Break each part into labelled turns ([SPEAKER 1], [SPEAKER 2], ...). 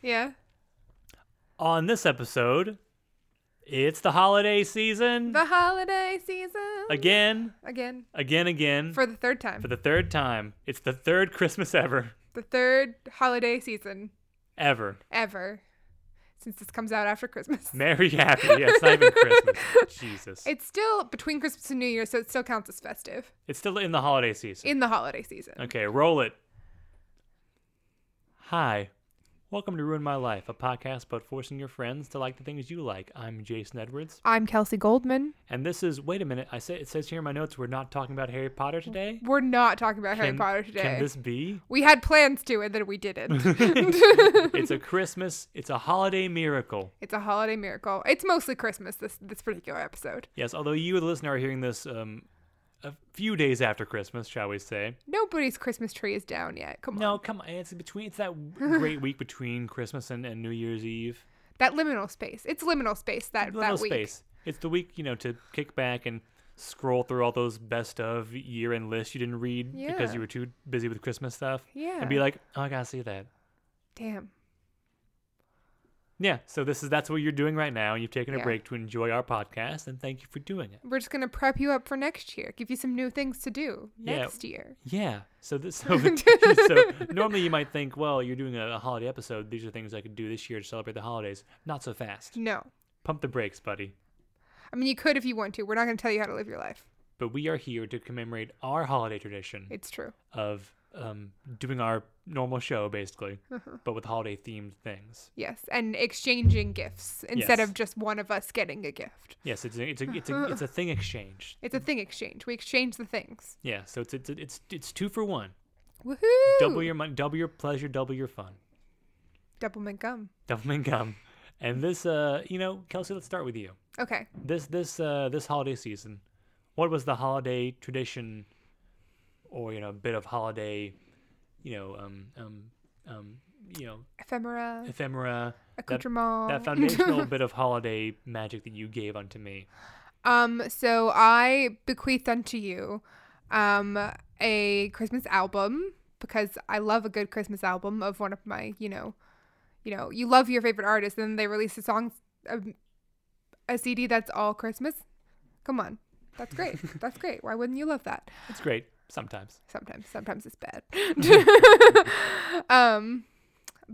[SPEAKER 1] Yeah.
[SPEAKER 2] On this episode, it's the holiday season
[SPEAKER 1] The holiday season.
[SPEAKER 2] again,
[SPEAKER 1] Again.
[SPEAKER 2] again, again.
[SPEAKER 1] For the third time.
[SPEAKER 2] for the third time. It's the third Christmas ever,
[SPEAKER 1] the third holiday season
[SPEAKER 2] ever.
[SPEAKER 1] ever. Since this comes out after Christmas.
[SPEAKER 2] Merry happy. Yeah, it's not even Christmas. Jesus.
[SPEAKER 1] It's still between Christmas and New Year, so it still counts as festive
[SPEAKER 2] It's still in the holiday season.
[SPEAKER 1] in the holiday season.
[SPEAKER 2] Okay, roll it. Hi. Welcome to Ruin My Life, a podcast about forcing your friends to like the things you like. I'm Jason Edwards,
[SPEAKER 1] I'm Kelsey Goldman.
[SPEAKER 2] and this is wait a minute. I say it says here in my notes we're not talking about Harry Potter today.
[SPEAKER 1] We're not talking about Harry
[SPEAKER 2] Can-
[SPEAKER 1] Potter today.
[SPEAKER 2] Can this be?
[SPEAKER 1] we had plans to, and then we didn't.
[SPEAKER 2] It's a Christmas, it's a holiday miracle.
[SPEAKER 1] it's a holiday miracle. It's mostly Christmas this this particular episode.
[SPEAKER 2] Yes, although you, the listener, are hearing this um, a few days after Christmas, shall we say?
[SPEAKER 1] Nobody's Christmas tree is down yet. Come on.
[SPEAKER 2] No, come on. It's between. It's that great week between Christmas and, and New Year's Eve.
[SPEAKER 1] That liminal space. It's liminal space that
[SPEAKER 2] Little
[SPEAKER 1] that week.
[SPEAKER 2] space. It's the week you know to kick back and scroll through all those best of year end lists you didn't read because
[SPEAKER 1] Yeah.
[SPEAKER 2] you were too busy with Christmas stuff.
[SPEAKER 1] Yeah.
[SPEAKER 2] And be like, oh, I gotta see that.
[SPEAKER 1] Damn.
[SPEAKER 2] Yeah. So this is that's what you're doing right now. You've taken a
[SPEAKER 1] Yeah.
[SPEAKER 2] break to enjoy our podcast, and thank you for doing it.
[SPEAKER 1] We're just gonna prep you up for next year. Give you some new things to do
[SPEAKER 2] Yeah.
[SPEAKER 1] next year.
[SPEAKER 2] Yeah. So this so, so normally you might think, well, you're doing a, a holiday episode. These are things I could do this year to celebrate the holidays. Not so fast.
[SPEAKER 1] No.
[SPEAKER 2] Pump the brakes, buddy.
[SPEAKER 1] I mean, you could if you want to. We're not gonna tell you how to live your life.
[SPEAKER 2] But we are here to commemorate our holiday tradition
[SPEAKER 1] It's true.
[SPEAKER 2] of um, doing our normal show, basically, but with holiday themed things.
[SPEAKER 1] Yes, and exchanging gifts instead
[SPEAKER 2] Yes.
[SPEAKER 1] of just one of us getting a gift.
[SPEAKER 2] Yes, it's a, it's a, it's a, it's a thing exchange.
[SPEAKER 1] It's a thing exchange. We exchange the things.
[SPEAKER 2] Yeah, so it's it's it's it's two for one.
[SPEAKER 1] Woohoo!
[SPEAKER 2] Double your money, double your pleasure, double your fun.
[SPEAKER 1] Doublemint gum.
[SPEAKER 2] Double income. And this, uh, you know, Kelsey, let's start with you.
[SPEAKER 1] Okay.
[SPEAKER 2] this this uh this holiday season what was the holiday tradition or you know a bit of holiday you know um um um you know
[SPEAKER 1] Ephemera,
[SPEAKER 2] ephemera that,
[SPEAKER 1] accoutrement.
[SPEAKER 2] that foundational bit of holiday magic that you gave unto me
[SPEAKER 1] Um, so I bequeath unto you um a Christmas album because I love a good Christmas album of one of my, you know, you know, you love your favorite artist and they release a song a, a CD that's all Christmas. Come on. That's great. That's great. Why wouldn't you love that?
[SPEAKER 2] it's great sometimes
[SPEAKER 1] Sometimes sometimes it's bad. um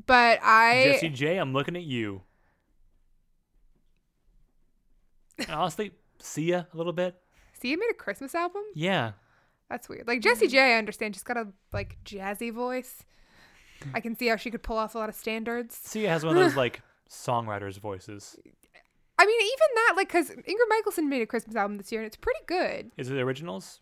[SPEAKER 1] but I
[SPEAKER 2] jesse j i'm looking at you And honestly see ya a little bit
[SPEAKER 1] see you made a Christmas album?
[SPEAKER 2] yeah
[SPEAKER 1] That's weird. Like Jessie J, I understand. She's got a like jazzy voice. I can see how she could pull off a lot of standards.
[SPEAKER 2] sia has one of those like songwriters voices
[SPEAKER 1] I mean, even that, like, because Ingrid Michaelson made a Christmas album this year and it's pretty good.
[SPEAKER 2] is it originals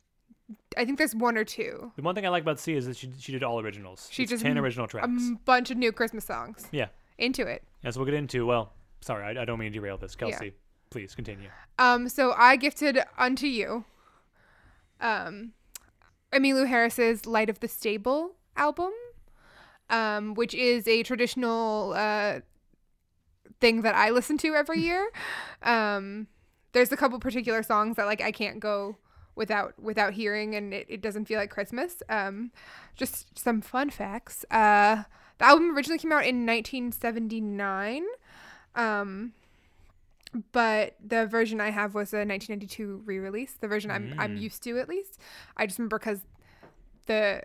[SPEAKER 1] I think there's one or two,
[SPEAKER 2] The one thing I like about C is that she she did all originals.
[SPEAKER 1] She
[SPEAKER 2] It's
[SPEAKER 1] just
[SPEAKER 2] ten
[SPEAKER 1] m-
[SPEAKER 2] original
[SPEAKER 1] a
[SPEAKER 2] tracks.
[SPEAKER 1] m- bunch of new Christmas songs
[SPEAKER 2] yeah,
[SPEAKER 1] into it.
[SPEAKER 2] as we'll get into. Well, sorry, I, I don't mean to derail this,
[SPEAKER 1] Yeah.
[SPEAKER 2] Kelsey. Please continue.
[SPEAKER 1] Um, so I gifted unto you, um, Emmylou Harris's "Light of the Stable" album, um, which is a traditional uh, thing that I listen to every year. um, there's a couple particular songs that like I can't go without without hearing, and it, it doesn't feel like Christmas. Um, just some fun facts. Uh, the album originally came out in 1979. Um, but the version I have was a 1992 re-release. The version I'm I'm used to at least. I just remember because the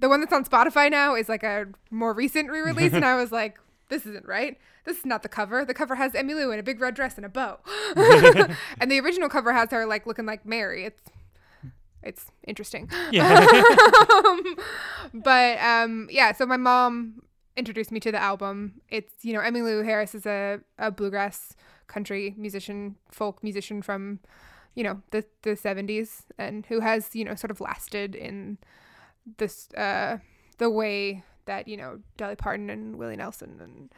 [SPEAKER 1] the one that's on Spotify now is like a more recent re-release, and I was like, "This isn't right. This is not the cover. The cover has Emmylou in a big red dress and a bow, and the original cover has her like looking like Mary. It's it's interesting,
[SPEAKER 2] Yeah,
[SPEAKER 1] but um, yeah. So my mom introduced me to the album. It's you know Emmylou Harris is a, a bluegrass country musician, folk musician from you know the the 70s, and who has you know sort of lasted in this uh the way that you know Dolly Parton and Willie Nelson and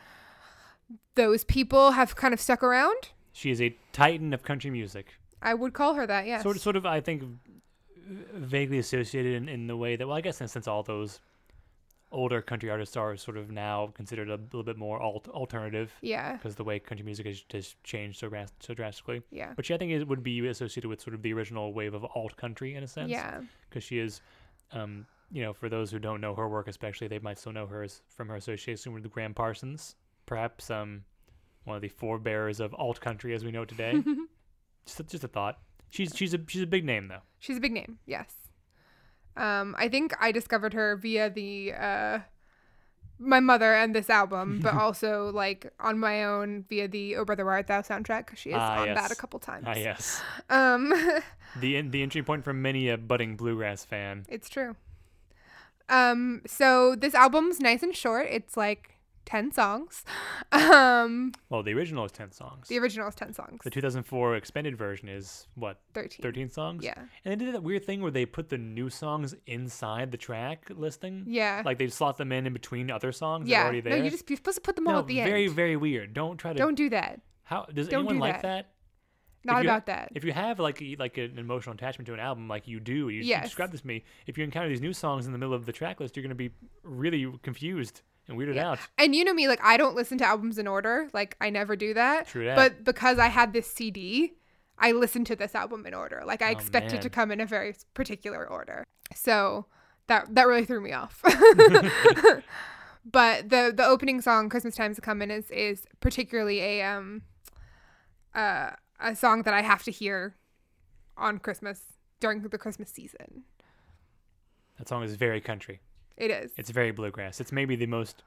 [SPEAKER 1] those people have kind of stuck around.
[SPEAKER 2] she is a titan of country music.
[SPEAKER 1] I would call her that, yes.
[SPEAKER 2] Sort of, sort of. I think vaguely associated in, in the way that. Well, I guess since, since all those older country artists are sort of now considered a little bit more alt- alternative
[SPEAKER 1] Yeah,
[SPEAKER 2] because the way country music has just changed so dras- so drastically.
[SPEAKER 1] yeah,
[SPEAKER 2] But she, I think, it would be associated with sort of the original wave of alt country in a sense.
[SPEAKER 1] yeah,
[SPEAKER 2] because she is, um, you know, for those who don't know her work, especially they might still know her as from her association with the Graham Parsons, perhaps um, one of the forebearers of alt country as we know it today. just, a, just a thought. She's she's a she's a big name though.
[SPEAKER 1] She's a big name, yes. Um, I think I discovered her via the uh, my mother and this album, but also like on my own via the "Oh Brother Where Art Thou" soundtrack. 'cause She is
[SPEAKER 2] Ah,
[SPEAKER 1] on that
[SPEAKER 2] yes.
[SPEAKER 1] a couple times.
[SPEAKER 2] Ah yes,
[SPEAKER 1] Um,
[SPEAKER 2] the in, the entry point for many a budding bluegrass fan.
[SPEAKER 1] It's true. Um, so this album's nice and short. It's like ten songs. Um,
[SPEAKER 2] Well, the original is ten songs.
[SPEAKER 1] the original is ten songs.
[SPEAKER 2] The 2004 expanded version is what
[SPEAKER 1] Thirteen.
[SPEAKER 2] 13 songs.
[SPEAKER 1] Yeah.
[SPEAKER 2] And they did that weird thing where they put the new songs inside the track listing.
[SPEAKER 1] Yeah.
[SPEAKER 2] Like they slot them in in between other songs that are
[SPEAKER 1] yeah.
[SPEAKER 2] already
[SPEAKER 1] No,
[SPEAKER 2] there.
[SPEAKER 1] you just you're supposed to put them all
[SPEAKER 2] No,
[SPEAKER 1] at the
[SPEAKER 2] very
[SPEAKER 1] end.
[SPEAKER 2] very weird. Don't try to.
[SPEAKER 1] Don't do that.
[SPEAKER 2] how does
[SPEAKER 1] don't
[SPEAKER 2] anyone
[SPEAKER 1] do
[SPEAKER 2] like
[SPEAKER 1] that.
[SPEAKER 2] that?
[SPEAKER 1] Not
[SPEAKER 2] if you ha-
[SPEAKER 1] about that.
[SPEAKER 2] If you have like e- like an emotional attachment to an album, like you do, you you
[SPEAKER 1] Yes.
[SPEAKER 2] described this to me. If you encounter these new songs in the middle of the track list, you're gonna be really confused and weirded out.
[SPEAKER 1] and you know me, like I don't listen to albums in order. Like I never do that.
[SPEAKER 2] True that.
[SPEAKER 1] But because I had this CD, I listened to this album in order. Like I
[SPEAKER 2] Oh,
[SPEAKER 1] expected to
[SPEAKER 2] man.
[SPEAKER 1] come in a very particular order. So that that really threw me off. but the the opening song, "Christmas Time's a Comin'," is is particularly a um uh, a song that I have to hear on Christmas during the Christmas season.
[SPEAKER 2] That song is very country.
[SPEAKER 1] It is
[SPEAKER 2] It's very bluegrass. It's maybe the most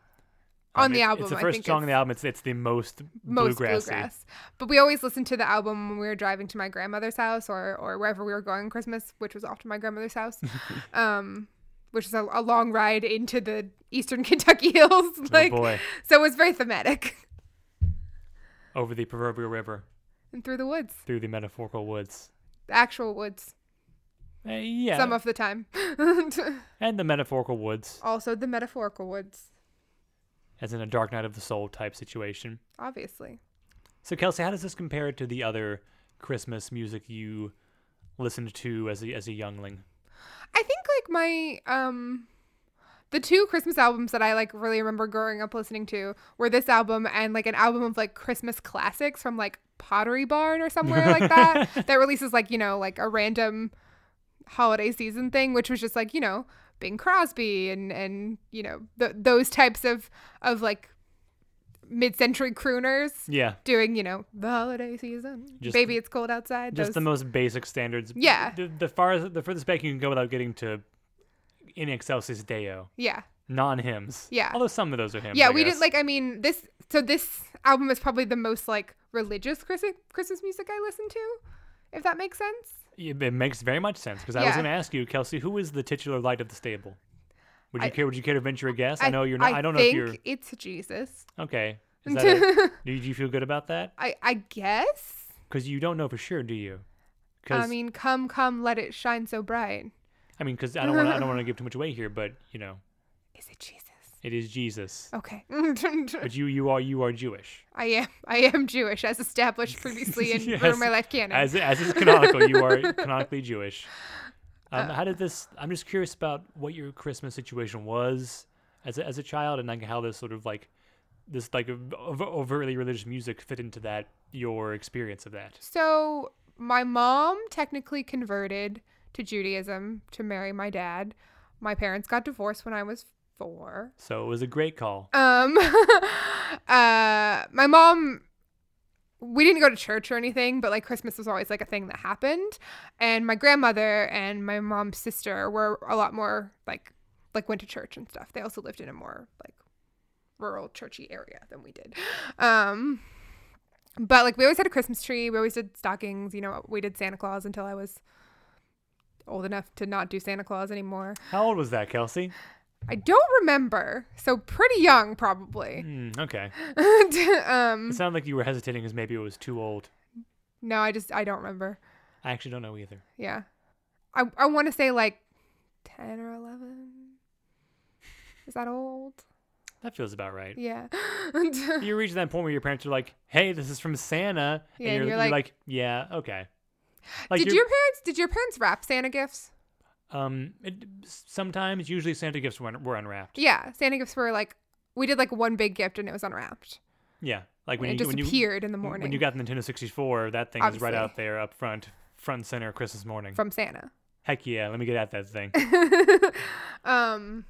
[SPEAKER 1] on
[SPEAKER 2] um,
[SPEAKER 1] the
[SPEAKER 2] it's-
[SPEAKER 1] album.
[SPEAKER 2] It's the
[SPEAKER 1] I
[SPEAKER 2] first
[SPEAKER 1] think
[SPEAKER 2] song
[SPEAKER 1] it's-
[SPEAKER 2] on the album. It's it's the most
[SPEAKER 1] most
[SPEAKER 2] bluegrassy.
[SPEAKER 1] bluegrass. But we always listened to the album when we were driving to my grandmother's house or or wherever we were going Christmas, which was often my grandmother's house. um, which is a, a long ride into the eastern Kentucky hills. like
[SPEAKER 2] oh boy,
[SPEAKER 1] so it was very thematic.
[SPEAKER 2] over the proverbial river,
[SPEAKER 1] And through the woods.
[SPEAKER 2] through the metaphorical woods.
[SPEAKER 1] The actual woods.
[SPEAKER 2] Uh, yeah,
[SPEAKER 1] Some of the time.
[SPEAKER 2] and the metaphorical woods,
[SPEAKER 1] also the metaphorical woods,
[SPEAKER 2] as in a dark night of the soul type situation.
[SPEAKER 1] obviously.
[SPEAKER 2] So Kelsey, how does this compare to the other Christmas music you listened to as a as a youngling?
[SPEAKER 1] I think like my um the two Christmas albums that I like really remember growing up listening to were this album and like an album of like Christmas classics from like Pottery Barn or somewhere like that that releases like, you know, like a random holiday season thing which was just like, you know, Bing Crosby and and you know, th- those types of of like mid-century crooners
[SPEAKER 2] Yeah,
[SPEAKER 1] doing, you know, the holiday season.
[SPEAKER 2] Mm. Just-
[SPEAKER 1] Baby it's cold outside.
[SPEAKER 2] just
[SPEAKER 1] those-
[SPEAKER 2] the most basic standards.
[SPEAKER 1] Yeah.
[SPEAKER 2] the, the far the furthest back you can go without getting to in excelsis deo
[SPEAKER 1] yeah.
[SPEAKER 2] non hymns.
[SPEAKER 1] Yeah.
[SPEAKER 2] although some of those are hymns.
[SPEAKER 1] yeah
[SPEAKER 2] I
[SPEAKER 1] we
[SPEAKER 2] guess.
[SPEAKER 1] didn't like i mean this so this album is probably the most like religious christmas christmas music i listen to if that makes sense
[SPEAKER 2] It it makes very much sense because I was
[SPEAKER 1] Yeah.
[SPEAKER 2] going to ask you, Kelsey, who is the titular light of the stable? Would you
[SPEAKER 1] I-
[SPEAKER 2] care? Would you care to venture a guess? I, know you're not. I, don't know if
[SPEAKER 1] think
[SPEAKER 2] you're
[SPEAKER 1] it's jesus
[SPEAKER 2] okay. Is that a, do you do you feel good about that?
[SPEAKER 1] i i guess
[SPEAKER 2] Because you don't know for sure, do you? Because
[SPEAKER 1] i mean come come let it shine so bright
[SPEAKER 2] I mean, because I don't want I don't want to give too much away here, but you know,
[SPEAKER 1] is it jesus
[SPEAKER 2] it is Jesus.
[SPEAKER 1] okay
[SPEAKER 2] But you you are you are Jewish.
[SPEAKER 1] i am i am jewish as established previously in
[SPEAKER 2] Yes.
[SPEAKER 1] Ruin my life canon
[SPEAKER 2] As as is canonical, you are canonically Jewish. Um, how did this? I'm just curious about what your Christmas situation was as a, as a child, and like how this sort of like this like ov- overtly religious music fit into that your experience of that.
[SPEAKER 1] So my mom technically converted to Judaism to marry my dad. My parents got divorced when I was four.
[SPEAKER 2] So it was a great call.
[SPEAKER 1] Um, uh, my mom. We didn't go to church or anything, but like Christmas was always like a thing that happened. And my grandmother and my mom's sister were a lot more like like went to church and stuff. They also lived in a more like rural churchy area than we did. Um but like we always had a Christmas tree, we always did stockings, you know, we did Santa Claus until I was old enough to not do Santa Claus anymore.
[SPEAKER 2] How old was that, Kelsey?
[SPEAKER 1] I don't remember. So pretty young probably.
[SPEAKER 2] Hmm, okay,
[SPEAKER 1] um
[SPEAKER 2] it sounded like you were hesitating because maybe it was too old.
[SPEAKER 1] no, I just I don't remember.
[SPEAKER 2] I actually don't know either.
[SPEAKER 1] Yeah. I I want to say like 10 or 11. Is that old?
[SPEAKER 2] That feels about right.
[SPEAKER 1] Yeah.
[SPEAKER 2] You reach that point where your parents are like, "Hey, this is from Santa,"
[SPEAKER 1] Yeah,
[SPEAKER 2] and you're,
[SPEAKER 1] and
[SPEAKER 2] you're
[SPEAKER 1] you're
[SPEAKER 2] like,
[SPEAKER 1] like-
[SPEAKER 2] "Yeah, okay." Like
[SPEAKER 1] did
[SPEAKER 2] you're-
[SPEAKER 1] your parents did your parents wrap Santa gifts?
[SPEAKER 2] Um, it, sometimes, usually, Santa gifts were, were unwrapped.
[SPEAKER 1] Yeah, Santa gifts were like we did like one big gift and it was unwrapped.
[SPEAKER 2] Yeah, like when
[SPEAKER 1] and
[SPEAKER 2] you
[SPEAKER 1] it
[SPEAKER 2] when you
[SPEAKER 1] disappeared in the morning
[SPEAKER 2] when you got the Nintendo sixty four, that thing is right
[SPEAKER 1] Obviously.
[SPEAKER 2] out there up front, front and center, Christmas morning.
[SPEAKER 1] from Santa.
[SPEAKER 2] Heck yeah, let me get at that thing.
[SPEAKER 1] um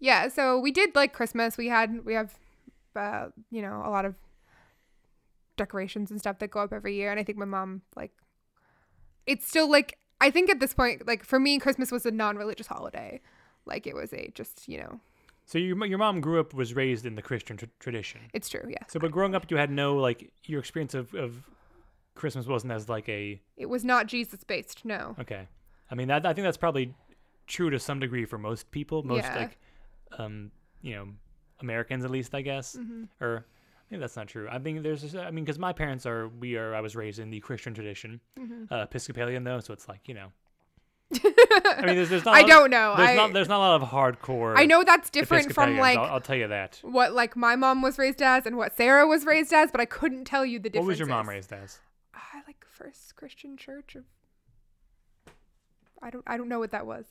[SPEAKER 1] yeah, so we did like Christmas. We had we have uh, you know, a lot of decorations and stuff that go up every year. And I think my mom like it's still like I think at this point, like for me, Christmas was a non-religious holiday. Like it was a just you know,
[SPEAKER 2] So your mo- your mom grew up was raised in the Christian tr- tradition.
[SPEAKER 1] it's true. Yeah,
[SPEAKER 2] So, but growing up, you had no like your experience of of Christmas wasn't as like a
[SPEAKER 1] it was not Jesus based. No,
[SPEAKER 2] okay. I mean, that, I think that's probably true to some degree for most people, most
[SPEAKER 1] Yeah.
[SPEAKER 2] like um you know Americans at least, I guess.
[SPEAKER 1] Mm-hmm.
[SPEAKER 2] Or maybe that's not true. I think there's just- I mean, because my parents are we are I was raised in the Christian tradition,
[SPEAKER 1] Mm-hmm.
[SPEAKER 2] uh, Episcopalian though, so it's like you know. I mean, there's, there's not. a
[SPEAKER 1] I
[SPEAKER 2] lot-
[SPEAKER 1] don't know.
[SPEAKER 2] There's
[SPEAKER 1] I
[SPEAKER 2] not there's not a lot of hardcore.
[SPEAKER 1] I know that's different from
[SPEAKER 2] Episcopalians,
[SPEAKER 1] like
[SPEAKER 2] I'll, I'll tell you that.
[SPEAKER 1] what like my mom was raised as and what Sarah was raised as, but I couldn't tell you the
[SPEAKER 2] What
[SPEAKER 1] difference.
[SPEAKER 2] was your mom raised as?
[SPEAKER 1] I Ah, like First Christian Church of. I don't. I don't know what that was.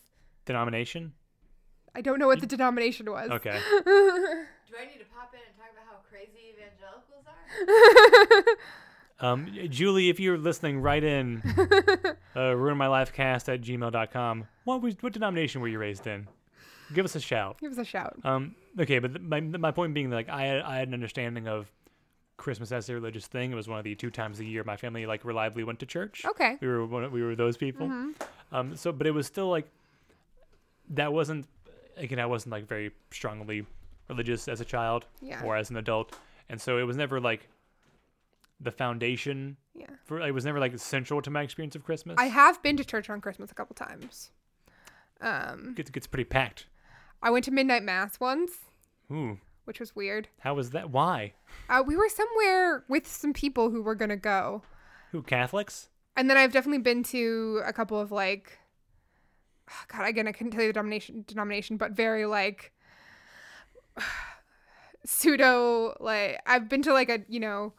[SPEAKER 2] Denomination?
[SPEAKER 1] I don't know what the denomination was.
[SPEAKER 2] Okay.
[SPEAKER 3] Do I need to pop in and talk about how crazy evangelicals are?
[SPEAKER 2] Um, Julie, if you're listening, write in uh, ruinmylifecast at gmail.com. What was what denomination were you raised in? Give us a shout.
[SPEAKER 1] Give us a shout.
[SPEAKER 2] Um, okay, but th- my my point being like I had, I had an understanding of Christmas as a religious thing. It was one of the two times a year my family like reliably went to church.
[SPEAKER 1] Okay.
[SPEAKER 2] we were one of, we were those people.
[SPEAKER 1] Mm-hmm.
[SPEAKER 2] Um, so but it was still like that wasn't again I wasn't like very strongly religious as a child
[SPEAKER 1] Yeah.
[SPEAKER 2] or as an adult, and so it was never like the foundation
[SPEAKER 1] Yeah.
[SPEAKER 2] for it was never like central to my experience of Christmas.
[SPEAKER 1] I have been to church on Christmas a couple times. Um,
[SPEAKER 2] it gets, gets pretty packed.
[SPEAKER 1] I went to midnight mass once,
[SPEAKER 2] Ooh,
[SPEAKER 1] which was weird.
[SPEAKER 2] how was that? Why?
[SPEAKER 1] Uh, we were somewhere with some people who were gonna go,
[SPEAKER 2] Who Catholics?
[SPEAKER 1] and then I've definitely been to a couple of like, God, again, I couldn't tell you the denomination, denomination, but very like pseudo like I've been to like a you know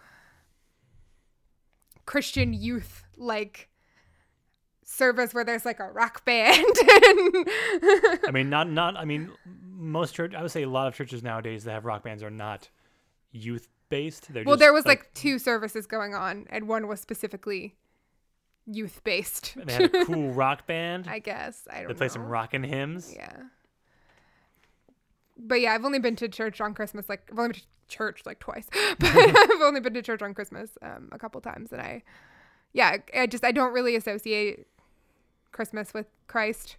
[SPEAKER 1] Christian youth like service where there's like a rock band and
[SPEAKER 2] I mean, not not. I mean, most church. I would say a lot of churches nowadays that have rock bands are not youth based. They're
[SPEAKER 1] Well,
[SPEAKER 2] just,
[SPEAKER 1] there was like, two services going on, and one was specifically youth based.
[SPEAKER 2] they had a cool rock band.
[SPEAKER 1] I guess I don't.
[SPEAKER 2] They play some
[SPEAKER 1] know.
[SPEAKER 2] rockin' hymns.
[SPEAKER 1] Yeah. But yeah, I've only been to church on Christmas. Like I've only been to church like twice, but I've only been to church on Christmas um, a couple times, and I, yeah, I just I don't really associate Christmas with Christ.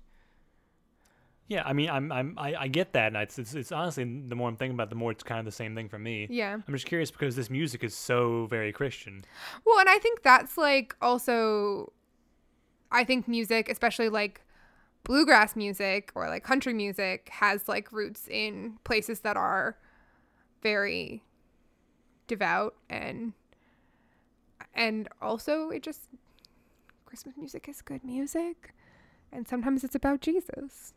[SPEAKER 2] Yeah, I mean, I'm, I'm, I, I get that, and it's, it's, it's honestly the more I'm thinking about, it, the more it's kind of the same thing for me.
[SPEAKER 1] Yeah.
[SPEAKER 2] I'm just curious because this music is so very Christian.
[SPEAKER 1] Well, and I think that's like also, I think music, especially like bluegrass music or like country music, has like roots in places that are very devout and and also it just Christmas music is good music, and sometimes it's about Jesus.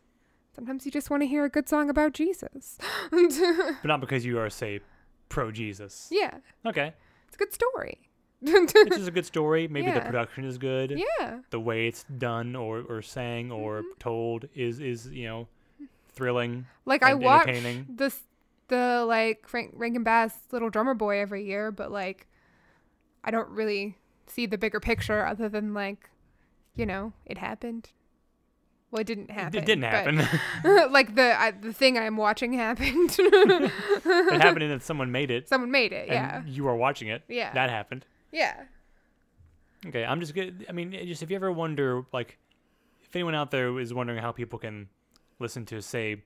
[SPEAKER 1] Sometimes you just want to hear a good song about Jesus.
[SPEAKER 2] But not because you are, say, pro Jesus.
[SPEAKER 1] yeah,
[SPEAKER 2] Okay.
[SPEAKER 1] it's a good story.
[SPEAKER 2] It's just a good story. Maybe the
[SPEAKER 1] Yeah.
[SPEAKER 2] production is good.
[SPEAKER 1] yeah. Mm-hmm.
[SPEAKER 2] The way it's done or, or sang or told is, is, you know, thrilling.
[SPEAKER 1] Like I
[SPEAKER 2] and
[SPEAKER 1] watch
[SPEAKER 2] entertaining.
[SPEAKER 1] this the like Frank Rankin Bass Little Drummer Boy every year, but like I don't really see the bigger picture other than like you know it happened. Well, it didn't happen.
[SPEAKER 2] It didn't
[SPEAKER 1] but-
[SPEAKER 2] happen.
[SPEAKER 1] like the I, the thing I'm watching happened.
[SPEAKER 2] it happened and that someone made it.
[SPEAKER 1] Someone made it.
[SPEAKER 2] And
[SPEAKER 1] Yeah.
[SPEAKER 2] you are watching it.
[SPEAKER 1] Yeah.
[SPEAKER 2] That happened.
[SPEAKER 1] yeah.
[SPEAKER 2] Okay, I'm just gonna. I mean, it just if you ever wonder, like, if anyone out there is wondering how people can listen to, say,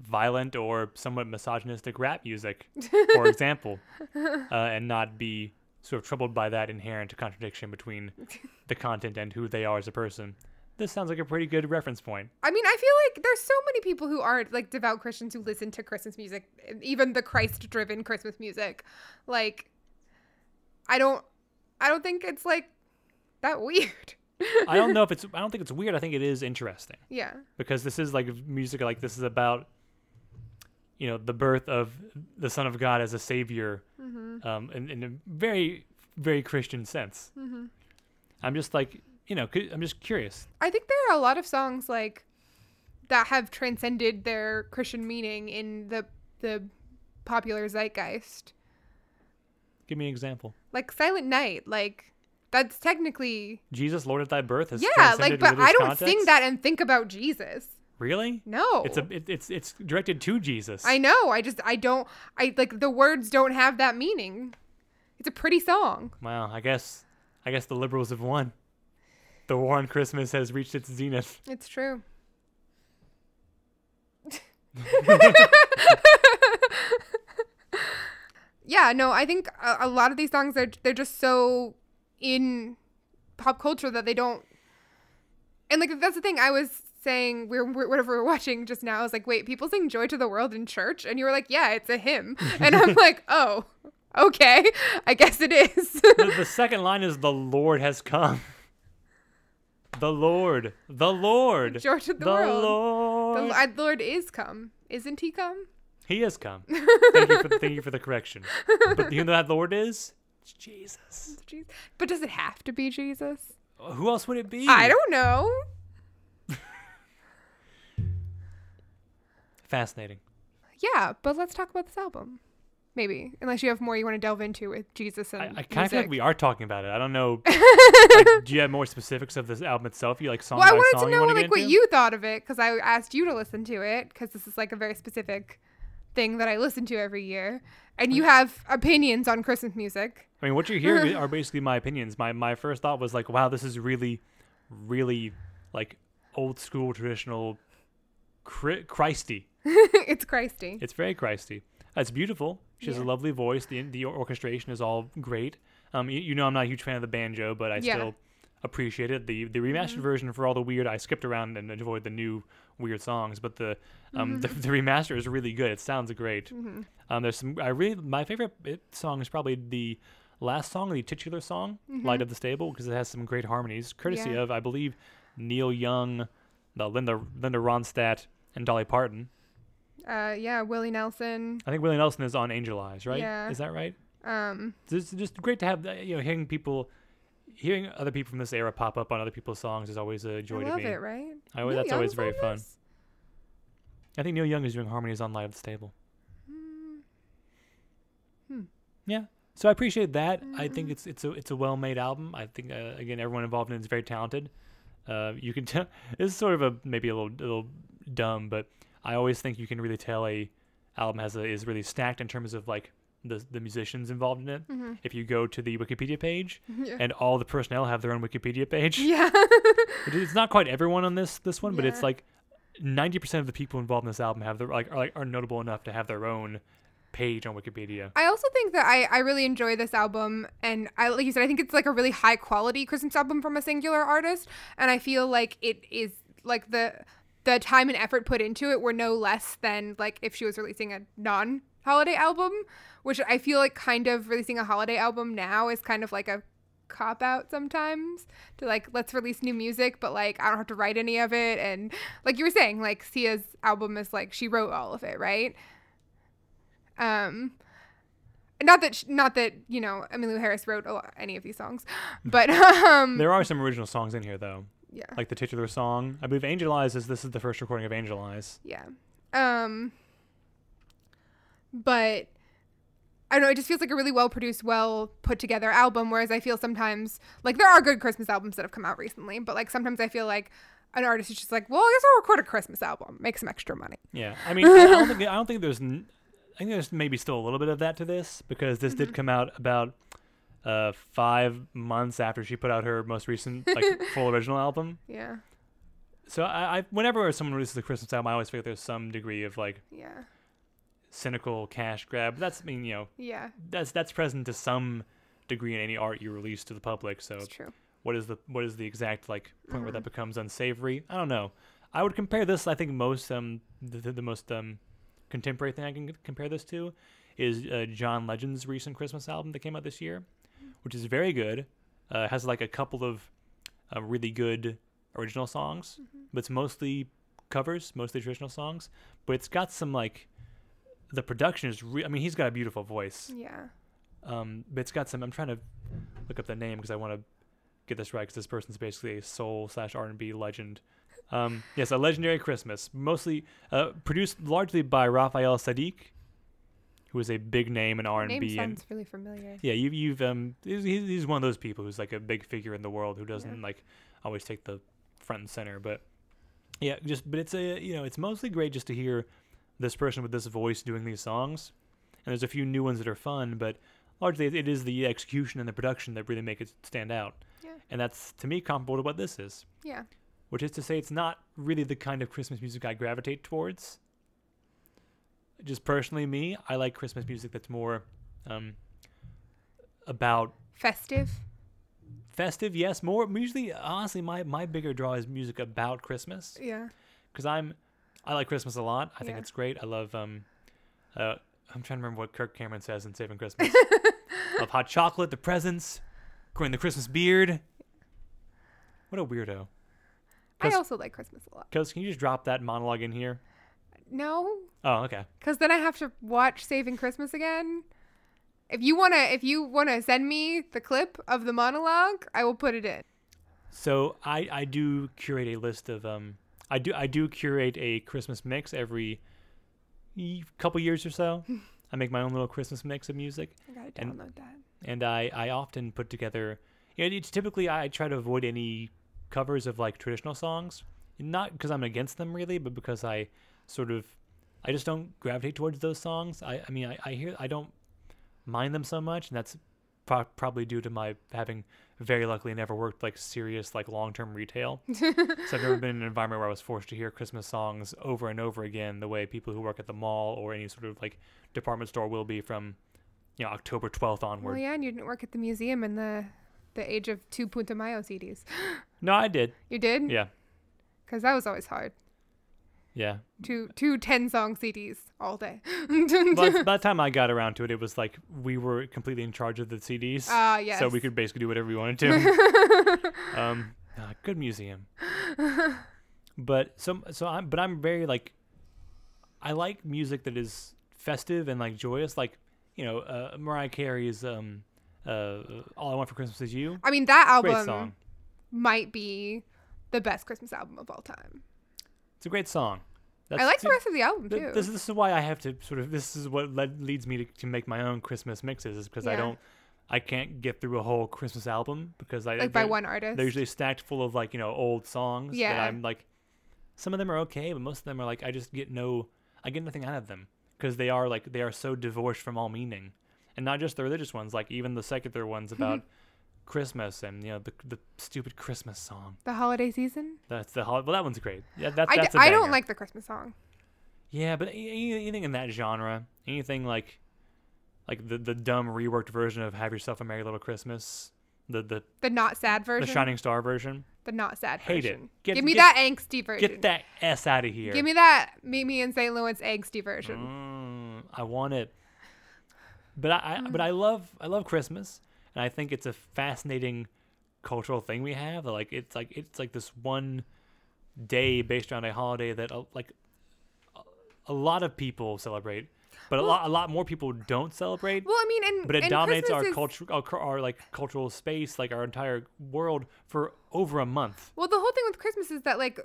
[SPEAKER 2] violent or somewhat misogynistic rap music, for example, uh, and not be sort of troubled by that inherent contradiction between the content and who they are as a person, this sounds like a pretty good reference point.
[SPEAKER 1] I mean, I feel like there's so many people who aren't like devout Christians who listen to Christmas music, even the Christ-driven Christmas music. Like, I don't, I don't think it's like that weird.
[SPEAKER 2] I don't know if it's. I don't think it's weird. I think it is interesting.
[SPEAKER 1] yeah,
[SPEAKER 2] because this is like music like this is about you know the birth of the son of god as a savior
[SPEAKER 1] Mm-hmm.
[SPEAKER 2] um in, in a very very christian sense
[SPEAKER 1] Mm-hmm.
[SPEAKER 2] i'm just like you know cu- i'm just curious
[SPEAKER 1] I think there are a lot of songs like that have transcended their Christian meaning in the the popular zeitgeist.
[SPEAKER 2] give me an example
[SPEAKER 1] Like Silent Night, like that's technically
[SPEAKER 2] jesus lord of thy birth has
[SPEAKER 1] yeah,
[SPEAKER 2] transcended
[SPEAKER 1] like, but
[SPEAKER 2] religious
[SPEAKER 1] I don't
[SPEAKER 2] context?
[SPEAKER 1] sing that and think about Jesus.
[SPEAKER 2] Really?
[SPEAKER 1] No.
[SPEAKER 2] It's a it, it's it's directed to Jesus.
[SPEAKER 1] I know. I just I don't I like the words don't have that meaning. It's a pretty song.
[SPEAKER 2] Wow, I guess I guess the liberals have won. The war on Christmas has reached its zenith.
[SPEAKER 1] It's true. yeah, no, I think a, a lot of these songs are they're just so in pop culture that they don't and like that's the thing I was saying we we're, whatever we we're watching just now I was like wait people sing joy to the world in church and you were like yeah it's a hymn and I'm like oh okay I guess it is
[SPEAKER 2] The, the second line is the Lord has come. The Lord, the Lord,
[SPEAKER 1] Joy to the world. the
[SPEAKER 2] Lord.
[SPEAKER 1] Lord- Lord is come isn't he come
[SPEAKER 2] He has come. Thank you for thank you for the correction. But you know that Lord is it's Jesus.
[SPEAKER 1] Jesus. but does it have to be Jesus
[SPEAKER 2] Who else would it be?
[SPEAKER 1] I don't know
[SPEAKER 2] Fascinating.
[SPEAKER 1] yeah but let's talk about this album maybe unless you have more you want to delve into with Jesus and
[SPEAKER 2] I, I kind of feel
[SPEAKER 1] Um, music.
[SPEAKER 2] like we are talking about it. I don't know. like, do you have more specifics of this album itself? You like song
[SPEAKER 1] well, I
[SPEAKER 2] by
[SPEAKER 1] wanted
[SPEAKER 2] song?
[SPEAKER 1] to
[SPEAKER 2] you
[SPEAKER 1] know
[SPEAKER 2] wanna get
[SPEAKER 1] like what
[SPEAKER 2] into?
[SPEAKER 1] you thought of it because I asked you to listen to it because this is like a very specific thing that I listen to every year, and you have opinions on Christmas music.
[SPEAKER 2] I mean, what you're hearing are basically my opinions. My my first thought was like, wow, this is really, really like old school traditional, cri- Christy.
[SPEAKER 1] it's Christy.
[SPEAKER 2] It's very Christy. It's beautiful. She has a
[SPEAKER 1] Yeah.
[SPEAKER 2] lovely voice. The the orchestration is all great. Um, you, you know, I'm not a huge fan of the banjo, but I
[SPEAKER 1] Yeah. Mm-hmm.
[SPEAKER 2] still appreciate it. the The remastered version for all the weird, I skipped around and enjoyed the new weird songs, but the
[SPEAKER 1] Mm-hmm.
[SPEAKER 2] um the, the remaster is really good. It sounds great. Um, there's some I really my favorite it, song is probably the last song, the titular song, "Light of the Stable," because it has some great harmonies, courtesy
[SPEAKER 1] Mm-hmm. Yeah.
[SPEAKER 2] of I believe Neil Young, the Linda Linda Ronstadt, and Dolly Parton.
[SPEAKER 1] Uh, yeah, Willie Nelson.
[SPEAKER 2] I think Willie Nelson is on Angel Eyes, right?
[SPEAKER 1] Yeah.
[SPEAKER 2] Is that right?
[SPEAKER 1] Um,
[SPEAKER 2] So It's just great to have that, you know hearing people, hearing other people from this era pop up on other people's songs is always a joy
[SPEAKER 1] I love
[SPEAKER 2] to me.
[SPEAKER 1] it, right?
[SPEAKER 2] I always,
[SPEAKER 1] Neil
[SPEAKER 2] that's always
[SPEAKER 1] Young's
[SPEAKER 2] very
[SPEAKER 1] on
[SPEAKER 2] fun.
[SPEAKER 1] this?
[SPEAKER 2] I think Neil Young is doing harmonies on Live at the Stable.
[SPEAKER 1] Hmm.
[SPEAKER 2] Yeah. So I appreciate that. I
[SPEAKER 1] Mm-hmm.
[SPEAKER 2] think it's it's a it's a well made album. I think uh, again everyone involved in it is very talented. Uh, you can tell this is sort of a maybe a little a little dumb, but I always think you can really tell a album has a, is really stacked in terms of like the the musicians involved in it. If you go to the Wikipedia page
[SPEAKER 1] Mm-hmm. Yeah.
[SPEAKER 2] and all the personnel have their own Wikipedia page,
[SPEAKER 1] Yeah.
[SPEAKER 2] It- it's not quite everyone on this this one, but it's
[SPEAKER 1] Yeah.
[SPEAKER 2] like ninety percent of the people involved in this album have their like are like are notable enough to have their own page on Wikipedia.
[SPEAKER 1] I also think that I, I really enjoy this album, and I like you said, I think it's like a really high quality Christmas album from a singular artist, and I feel like it is like the the time and effort put into it were no less than like if she was releasing a non holiday album, which I feel like kind of releasing a holiday album now is kind of like a cop out sometimes to like let's release new music but like I don't have to write any of it and like you were saying like Sia's album is like she wrote all of it right um not that sh not that you know Emmylou Harris wrote a lot, any of these songs but um
[SPEAKER 2] There are some original songs in here though,
[SPEAKER 1] yeah
[SPEAKER 2] like the titular song. I believe Angel Eyes is this is the first recording of Angel Eyes.
[SPEAKER 1] Yeah. Um but I don't know, it just feels like a really well produced, well put together album whereas I feel sometimes like there are good Christmas albums that have come out recently, but like sometimes I feel like an artist is just like, "Well, I guess I'll record a Christmas album, make some extra money."
[SPEAKER 2] Yeah, I mean, I I don't think I don't think there's n- I think there's maybe still a little bit of that to this because this did come out about uh five months after she put out her most recent like full original album.
[SPEAKER 1] Yeah.
[SPEAKER 2] So I, I whenever someone releases a Christmas album, I always feel like there's some degree of like
[SPEAKER 1] Yeah.
[SPEAKER 2] cynical cash grab. That's I mean, you know,
[SPEAKER 1] Yeah.
[SPEAKER 2] that's that's present to some degree in any art you release to the public. So
[SPEAKER 1] It's true.
[SPEAKER 2] what is the what is the exact like point where that becomes unsavory? I don't know. I would compare this. I think most um the, the, the most um contemporary thing I can c- compare this to is uh, John Legend's recent Christmas album that came out this year, which is very good. Uh, has like a couple of uh, really good original songs, but it's mostly covers, mostly traditional songs. But it's got some like the production is. Re- I mean, he's got a beautiful voice.
[SPEAKER 1] Yeah.
[SPEAKER 2] Um, but it's got some. I'm trying to look up the name because I want to get this right because this person's basically a soul slash R and B legend. Um, yes, a legendary Christmas, mostly uh, produced largely by Raphael Sadiq, who is a big name in R and
[SPEAKER 1] Name
[SPEAKER 2] B. And
[SPEAKER 1] sounds really familiar.
[SPEAKER 2] yeah, you, you've um, he's, he's he's one of those people who's like a big figure in the world who doesn't like always take the front and center, but Yeah, just but it's a you know it's mostly great just to hear this person with this voice doing these songs, and there's a few new ones that are fun, but largely it is the execution and the production that really make it stand out.
[SPEAKER 1] Yeah.
[SPEAKER 2] And that's to me comparable to what this is,
[SPEAKER 1] Yeah.
[SPEAKER 2] which is to say it's not really the kind of Christmas music I gravitate towards. Just personally, me, I like Christmas music that's more um, about
[SPEAKER 1] Festive.
[SPEAKER 2] festive. Yes, more usually. Honestly, my my bigger draw is music about Christmas
[SPEAKER 1] Yeah.
[SPEAKER 2] because I'm I like Christmas a lot. I think
[SPEAKER 1] Yeah.
[SPEAKER 2] it's great. I love um uh I'm trying to remember what Kirk Cameron says in Saving Christmas. love hot chocolate, the presents, growing the Christmas beard. What a weirdo.
[SPEAKER 1] I
[SPEAKER 2] Cause-
[SPEAKER 1] also like Christmas a lot.
[SPEAKER 2] Coz, can you just drop that monologue in here?
[SPEAKER 1] No,
[SPEAKER 2] Oh, okay.
[SPEAKER 1] because then I have to watch Saving Christmas again. If you wanna, if you wanna send me the clip of the monologue, I will put it in.
[SPEAKER 2] So I I do curate a list of um I do I do curate a Christmas mix every y- couple years or so. I make my own little Christmas mix of music.
[SPEAKER 1] I gotta
[SPEAKER 2] And-
[SPEAKER 1] download that.
[SPEAKER 2] and I, I often put together. You know, it's typically I try to avoid any covers of like traditional songs, not because I'm against them really, but because I sort of I just don't gravitate towards those songs. I, I mean I, I hear I don't mind them so much, and that's pro- probably due to my having very luckily never worked like serious like long term retail. so I've never been in an environment where I was forced to hear Christmas songs over and over again the way people who work at the mall or any sort of like department store will be from you know October 12th onward.
[SPEAKER 1] Well, yeah, and you didn't work at the museum in the the age of two Punta Mayo CDs.
[SPEAKER 2] No, I did.
[SPEAKER 1] You did?
[SPEAKER 2] Yeah,
[SPEAKER 1] Because that was always hard.
[SPEAKER 2] yeah.
[SPEAKER 1] Two two ten song CDs all day.
[SPEAKER 2] But by the time I got around to it, it was like we were completely in charge of the CDs.
[SPEAKER 1] Ah,
[SPEAKER 2] So we
[SPEAKER 1] yes.
[SPEAKER 2] could basically do whatever we wanted to. um, ah, good museum. But so so I'm but I'm very like, I like music that is festive and like joyous. Like you know, uh, Mariah Carey's um, uh, "All I Want for Christmas Is You."
[SPEAKER 1] I mean, that
[SPEAKER 2] Great
[SPEAKER 1] album
[SPEAKER 2] song.
[SPEAKER 1] might be the best Christmas album of all time.
[SPEAKER 2] It's a great song. That's
[SPEAKER 1] I like
[SPEAKER 2] the-
[SPEAKER 1] the rest of the album
[SPEAKER 2] Th-
[SPEAKER 1] too.
[SPEAKER 2] This, this is why I have to sort of. This is what led, leads me to, to make my own Christmas mixes, is because I
[SPEAKER 1] Yeah.
[SPEAKER 2] don't, I can't get through a whole Christmas album because I
[SPEAKER 1] like by
[SPEAKER 2] they're-
[SPEAKER 1] one artist.
[SPEAKER 2] They're usually stacked full of like you know old songs. That
[SPEAKER 1] Yeah.
[SPEAKER 2] I'm like, some of them are okay, but most of them are like I just get no, I get nothing out of them because they are like they are so divorced from all meaning, and not just the religious ones, like even the secular ones about. Christmas and you know the the stupid Christmas song.
[SPEAKER 1] the holiday season.
[SPEAKER 2] That's the hol- well that one's great. Yeah, that,
[SPEAKER 1] I, d-
[SPEAKER 2] that's a
[SPEAKER 1] I don't
[SPEAKER 2] banger.
[SPEAKER 1] like the Christmas song.
[SPEAKER 2] Yeah, but any- any- anything in that genre, anything like like the the dumb reworked version of "Have Yourself a Merry Little Christmas," the the,
[SPEAKER 1] The not sad
[SPEAKER 2] the
[SPEAKER 1] version. The,
[SPEAKER 2] Shining Star version.
[SPEAKER 1] not sad
[SPEAKER 2] Hate it.
[SPEAKER 1] version.
[SPEAKER 2] Get-
[SPEAKER 1] Give me
[SPEAKER 2] get-
[SPEAKER 1] that angsty version.
[SPEAKER 2] Get that s out of here.
[SPEAKER 1] Give me that Meet Me in St. Louis angsty version.
[SPEAKER 2] Mm, I want it. But I,
[SPEAKER 1] Mm.
[SPEAKER 2] I but I love I love Christmas, and I think it's a fascinating cultural thing we have. Like it's like it's like this one day based around a holiday that uh, like a- a lot of people celebrate, but a lot a lot more people don't celebrate.
[SPEAKER 1] Well, I mean, and
[SPEAKER 2] but it
[SPEAKER 1] and
[SPEAKER 2] dominates
[SPEAKER 1] Christmas
[SPEAKER 2] our
[SPEAKER 1] is-
[SPEAKER 2] culture, our, cul- our like cultural space, like our entire world for over a month.
[SPEAKER 1] Well, the whole thing with Christmas is that like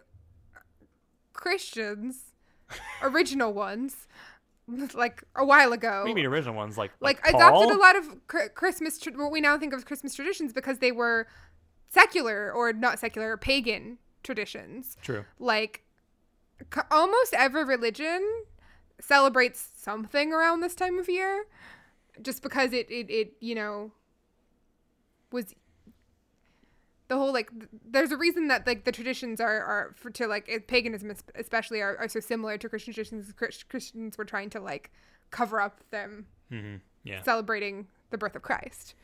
[SPEAKER 1] Christians, original ones, like a while ago,
[SPEAKER 2] Maybe the original ones like
[SPEAKER 1] Oh. like
[SPEAKER 2] Paul?
[SPEAKER 1] adopted a lot of cr- Christmas tr- what we now think of as Christmas traditions because they were secular or not secular or pagan traditions.
[SPEAKER 2] True.
[SPEAKER 1] Like c- almost every religion celebrates something around this time of year just because it it, it you know was the whole like th- there's a reason that like the traditions are are for to like it- paganism es- especially are, are so similar to christian traditions Chris- christians were trying to like cover up them
[SPEAKER 2] hmm Yeah.
[SPEAKER 1] celebrating the birth of Christ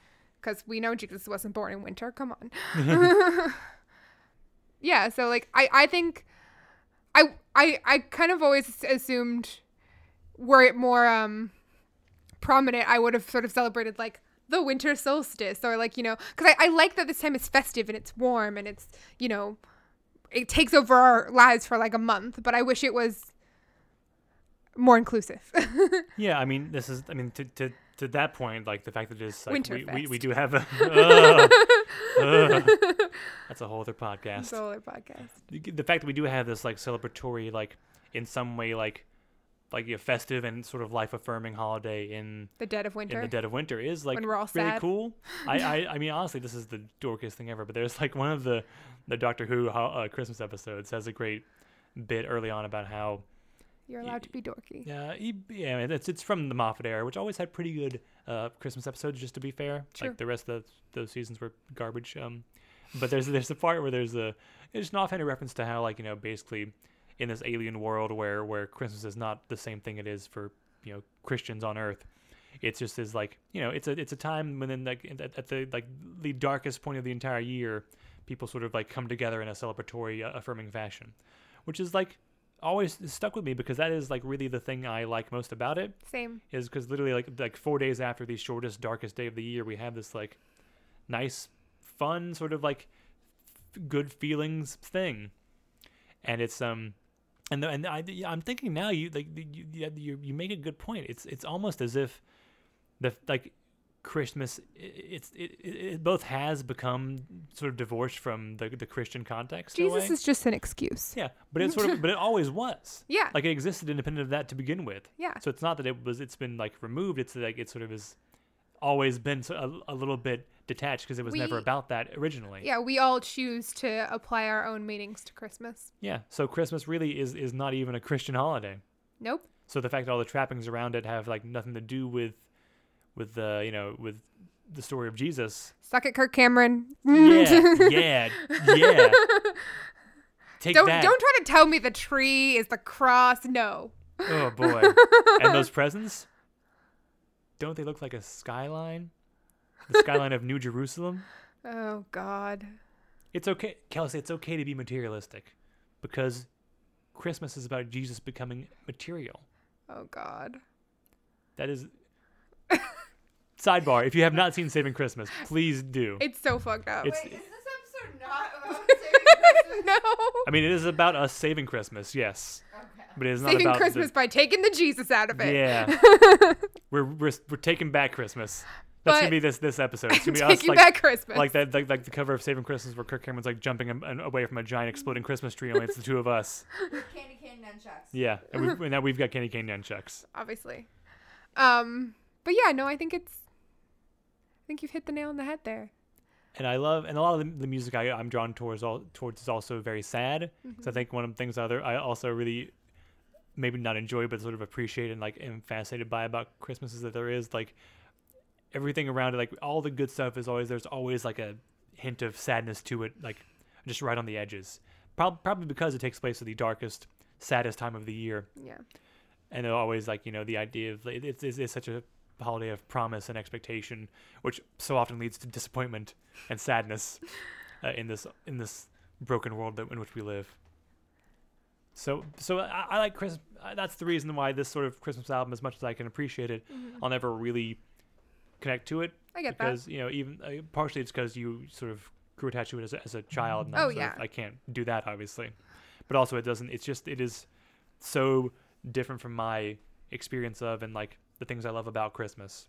[SPEAKER 1] because we know Jesus wasn't born in winter. Come on. yeah, so like I I think I I I kind of always assumed were it more um prominent, I would have sort of celebrated like the winter solstice or like, you know, because I, I like that this time is festive and it's warm and it's, you know, it takes over our lives for like a month, but I wish it was more inclusive.
[SPEAKER 2] Yeah, I mean, this is. I mean, to to, to that point, like the fact that it is like we, we, we
[SPEAKER 1] Winterfest.
[SPEAKER 2] do have a. Ugh. Ugh. that's a whole other podcast.
[SPEAKER 1] Solar podcast.
[SPEAKER 2] The- the fact that we do have this like celebratory, like in some way, like like a festive and sort of life affirming holiday in
[SPEAKER 1] The dead of winter.
[SPEAKER 2] in the dead of winter is like
[SPEAKER 1] When we're all
[SPEAKER 2] really
[SPEAKER 1] sad.
[SPEAKER 2] cool. I, I I mean, honestly, this is the dorkiest thing ever. But there's like one of the the Doctor Who ho- uh, Christmas episodes has a great bit early on about how
[SPEAKER 1] You're allowed to be dorky.
[SPEAKER 2] yeah, e- yeah, and it's it's from the Moffat era, which always had pretty good uh, Christmas episodes. Just to be fair,
[SPEAKER 1] Sure.
[SPEAKER 2] like the rest of those seasons were garbage. Um, but there's there's the part where there's a it's an offhanded reference to how like you know basically in this alien world where where Christmas is not the same thing it is for you know Christians on Earth. It's just is like you know it's a it's a time when then like at, at the like the darkest point of the entire year, people sort of like come together in a celebratory uh, affirming fashion, which is like always stuck with me because that is like really the thing I like most about it
[SPEAKER 1] Same.
[SPEAKER 2] is because literally like like four days after the shortest darkest day of the year we have this like nice fun sort of like f- good feelings thing and it's um and the, and I, yeah, i'm thinking now you like you, you you you make a good point it's it's almost as if the like christmas i- it's it, it, it both has become sort of divorced from the the christian context in a
[SPEAKER 1] Jesus
[SPEAKER 2] way.
[SPEAKER 1] is just an excuse.
[SPEAKER 2] yeah but it's sort of but it always was
[SPEAKER 1] Yeah.
[SPEAKER 2] like it existed independent of that to begin with
[SPEAKER 1] Yeah.
[SPEAKER 2] so it's not that it was it's been like removed it's like it sort of has always been so- a, a little bit detached because it was never
[SPEAKER 1] We-
[SPEAKER 2] about that originally
[SPEAKER 1] yeah, we all choose to apply our own meanings to Christmas.
[SPEAKER 2] Yeah, so christmas really is is not even a christian holiday
[SPEAKER 1] Nope.
[SPEAKER 2] so the fact that all the trappings around it have like nothing to do with with the you know with the story of jesus
[SPEAKER 1] Suck it, Kirk Cameron.
[SPEAKER 2] yeah yeah yeah take
[SPEAKER 1] don't
[SPEAKER 2] that
[SPEAKER 1] don't try to tell me the tree is the cross. No.
[SPEAKER 2] oh boy and those presents don't they look like a skyline the skyline of new jerusalem
[SPEAKER 1] Oh God.
[SPEAKER 2] It's okay, Kelsey. It's okay to be materialistic, because Christmas is about Jesus becoming material.
[SPEAKER 1] Oh God.
[SPEAKER 2] That is. Sidebar: If you have not seen Saving Christmas, please do.
[SPEAKER 1] It's so fucked up.
[SPEAKER 2] It's-
[SPEAKER 3] Wait, is this episode not about saving Christmas?
[SPEAKER 1] no.
[SPEAKER 2] I mean, it is about us saving Christmas, yes,
[SPEAKER 3] Okay.
[SPEAKER 2] but it is not
[SPEAKER 1] Saving
[SPEAKER 2] about the-
[SPEAKER 1] Christmas by taking the Jesus out of it.
[SPEAKER 2] yeah, we're, we're we're taking back Christmas. That's
[SPEAKER 1] But-
[SPEAKER 2] gonna be this this episode. It's gonna be us
[SPEAKER 1] taking
[SPEAKER 2] like
[SPEAKER 1] back Christmas.
[SPEAKER 2] like that like, like the cover of Saving Christmas where Kirk Cameron's like jumping a- an- away from a giant exploding Christmas tree. Only it's the two of us.
[SPEAKER 3] With candy cane nunchucks.
[SPEAKER 2] Yeah, and, we've, and now we've got candy cane nunchucks.
[SPEAKER 1] obviously. Um, but yeah, no, I think it's. I think you've hit the nail on the head there.
[SPEAKER 2] and I love and a lot of the, the music I, I'm drawn towards all towards is also very sad. So I think one of the things other I also really maybe not enjoy but sort of appreciate and like am fascinated by about Christmas is that there is like everything around it like all the good stuff is always there's always like a hint of sadness to it like just right on the edges. Prob- probably because it takes place at the darkest, saddest time of the year
[SPEAKER 1] Yeah.
[SPEAKER 2] and they're always like you know the idea of like, it's, it's, it's such a holiday of promise and expectation which so often leads to disappointment and sadness uh, in this in this broken world that, in which we live so so i, I like christmas that's the reason why this sort of christmas album as much as i can appreciate it i'll never really connect to it
[SPEAKER 1] I get that.
[SPEAKER 2] because you know even uh, partially it's because you sort of grew attached to it as a, as a child and I'm
[SPEAKER 1] Oh,
[SPEAKER 2] sort of-
[SPEAKER 1] yeah.
[SPEAKER 2] i can't do that obviously but also it doesn't it's just it is so different from my experience of and like the things i love about christmas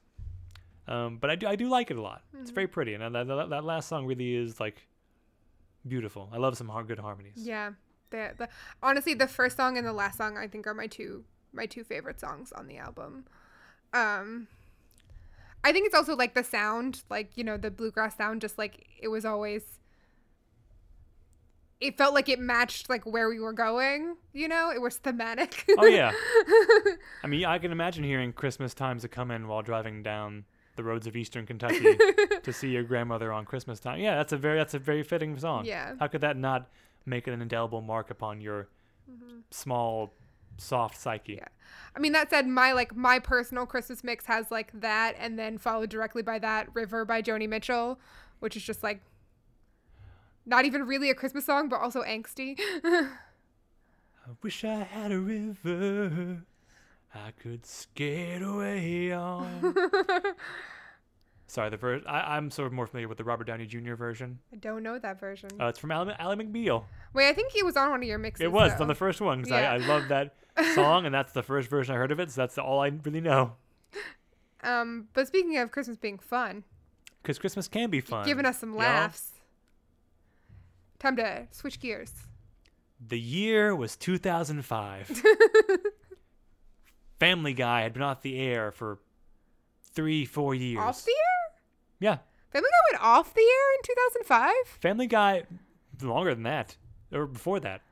[SPEAKER 2] um, but I do, I do like it a lot it's
[SPEAKER 1] Mm-hmm.
[SPEAKER 2] very pretty and that, that, that last song really is like beautiful i love some har good harmonies
[SPEAKER 1] Yeah. The, the honestly, the first song and the last song I think are my two my two favorite songs on the album. Um I think it's also like the sound, like, you know, the bluegrass sound just like it was always it felt like it matched like where we were going, you know? It was thematic.
[SPEAKER 2] oh yeah i mean i can imagine hearing christmas times to come in while driving down the roads of eastern kentucky to see your grandmother on christmas time yeah that's a very that's a very fitting song
[SPEAKER 1] Yeah.
[SPEAKER 2] how could that not make an indelible mark upon your small soft psyche
[SPEAKER 1] Mm-hmm. Yeah. I mean, that said, my like my personal Christmas mix has like that and then followed directly by that River by Joni Mitchell, which is just like not even really a Christmas song, but also angsty.
[SPEAKER 2] I wish I had a river I could skate away on. Sorry, the version I'm sort of more familiar with the Robert Downey Jr. version.
[SPEAKER 1] I don't know that version.
[SPEAKER 2] Uh, it's from Ally, Ally McBeal.
[SPEAKER 1] Wait, I think he was on one of your mixes.
[SPEAKER 2] It was
[SPEAKER 1] though.
[SPEAKER 2] on the first one because
[SPEAKER 1] Yeah.
[SPEAKER 2] I, I love that song, and that's the first version I heard of it. So that's all I really know.
[SPEAKER 1] um, but speaking of Christmas being fun,
[SPEAKER 2] Because Christmas can be fun.
[SPEAKER 1] giving us some
[SPEAKER 2] y'all.
[SPEAKER 1] laughs. Time to switch gears.
[SPEAKER 2] The year was 2005. Family Guy had been off the air for three, four years.
[SPEAKER 1] Off the air?
[SPEAKER 2] yeah,
[SPEAKER 1] Family Guy went off the air in 2005.
[SPEAKER 2] Family Guy, longer than that, or before that.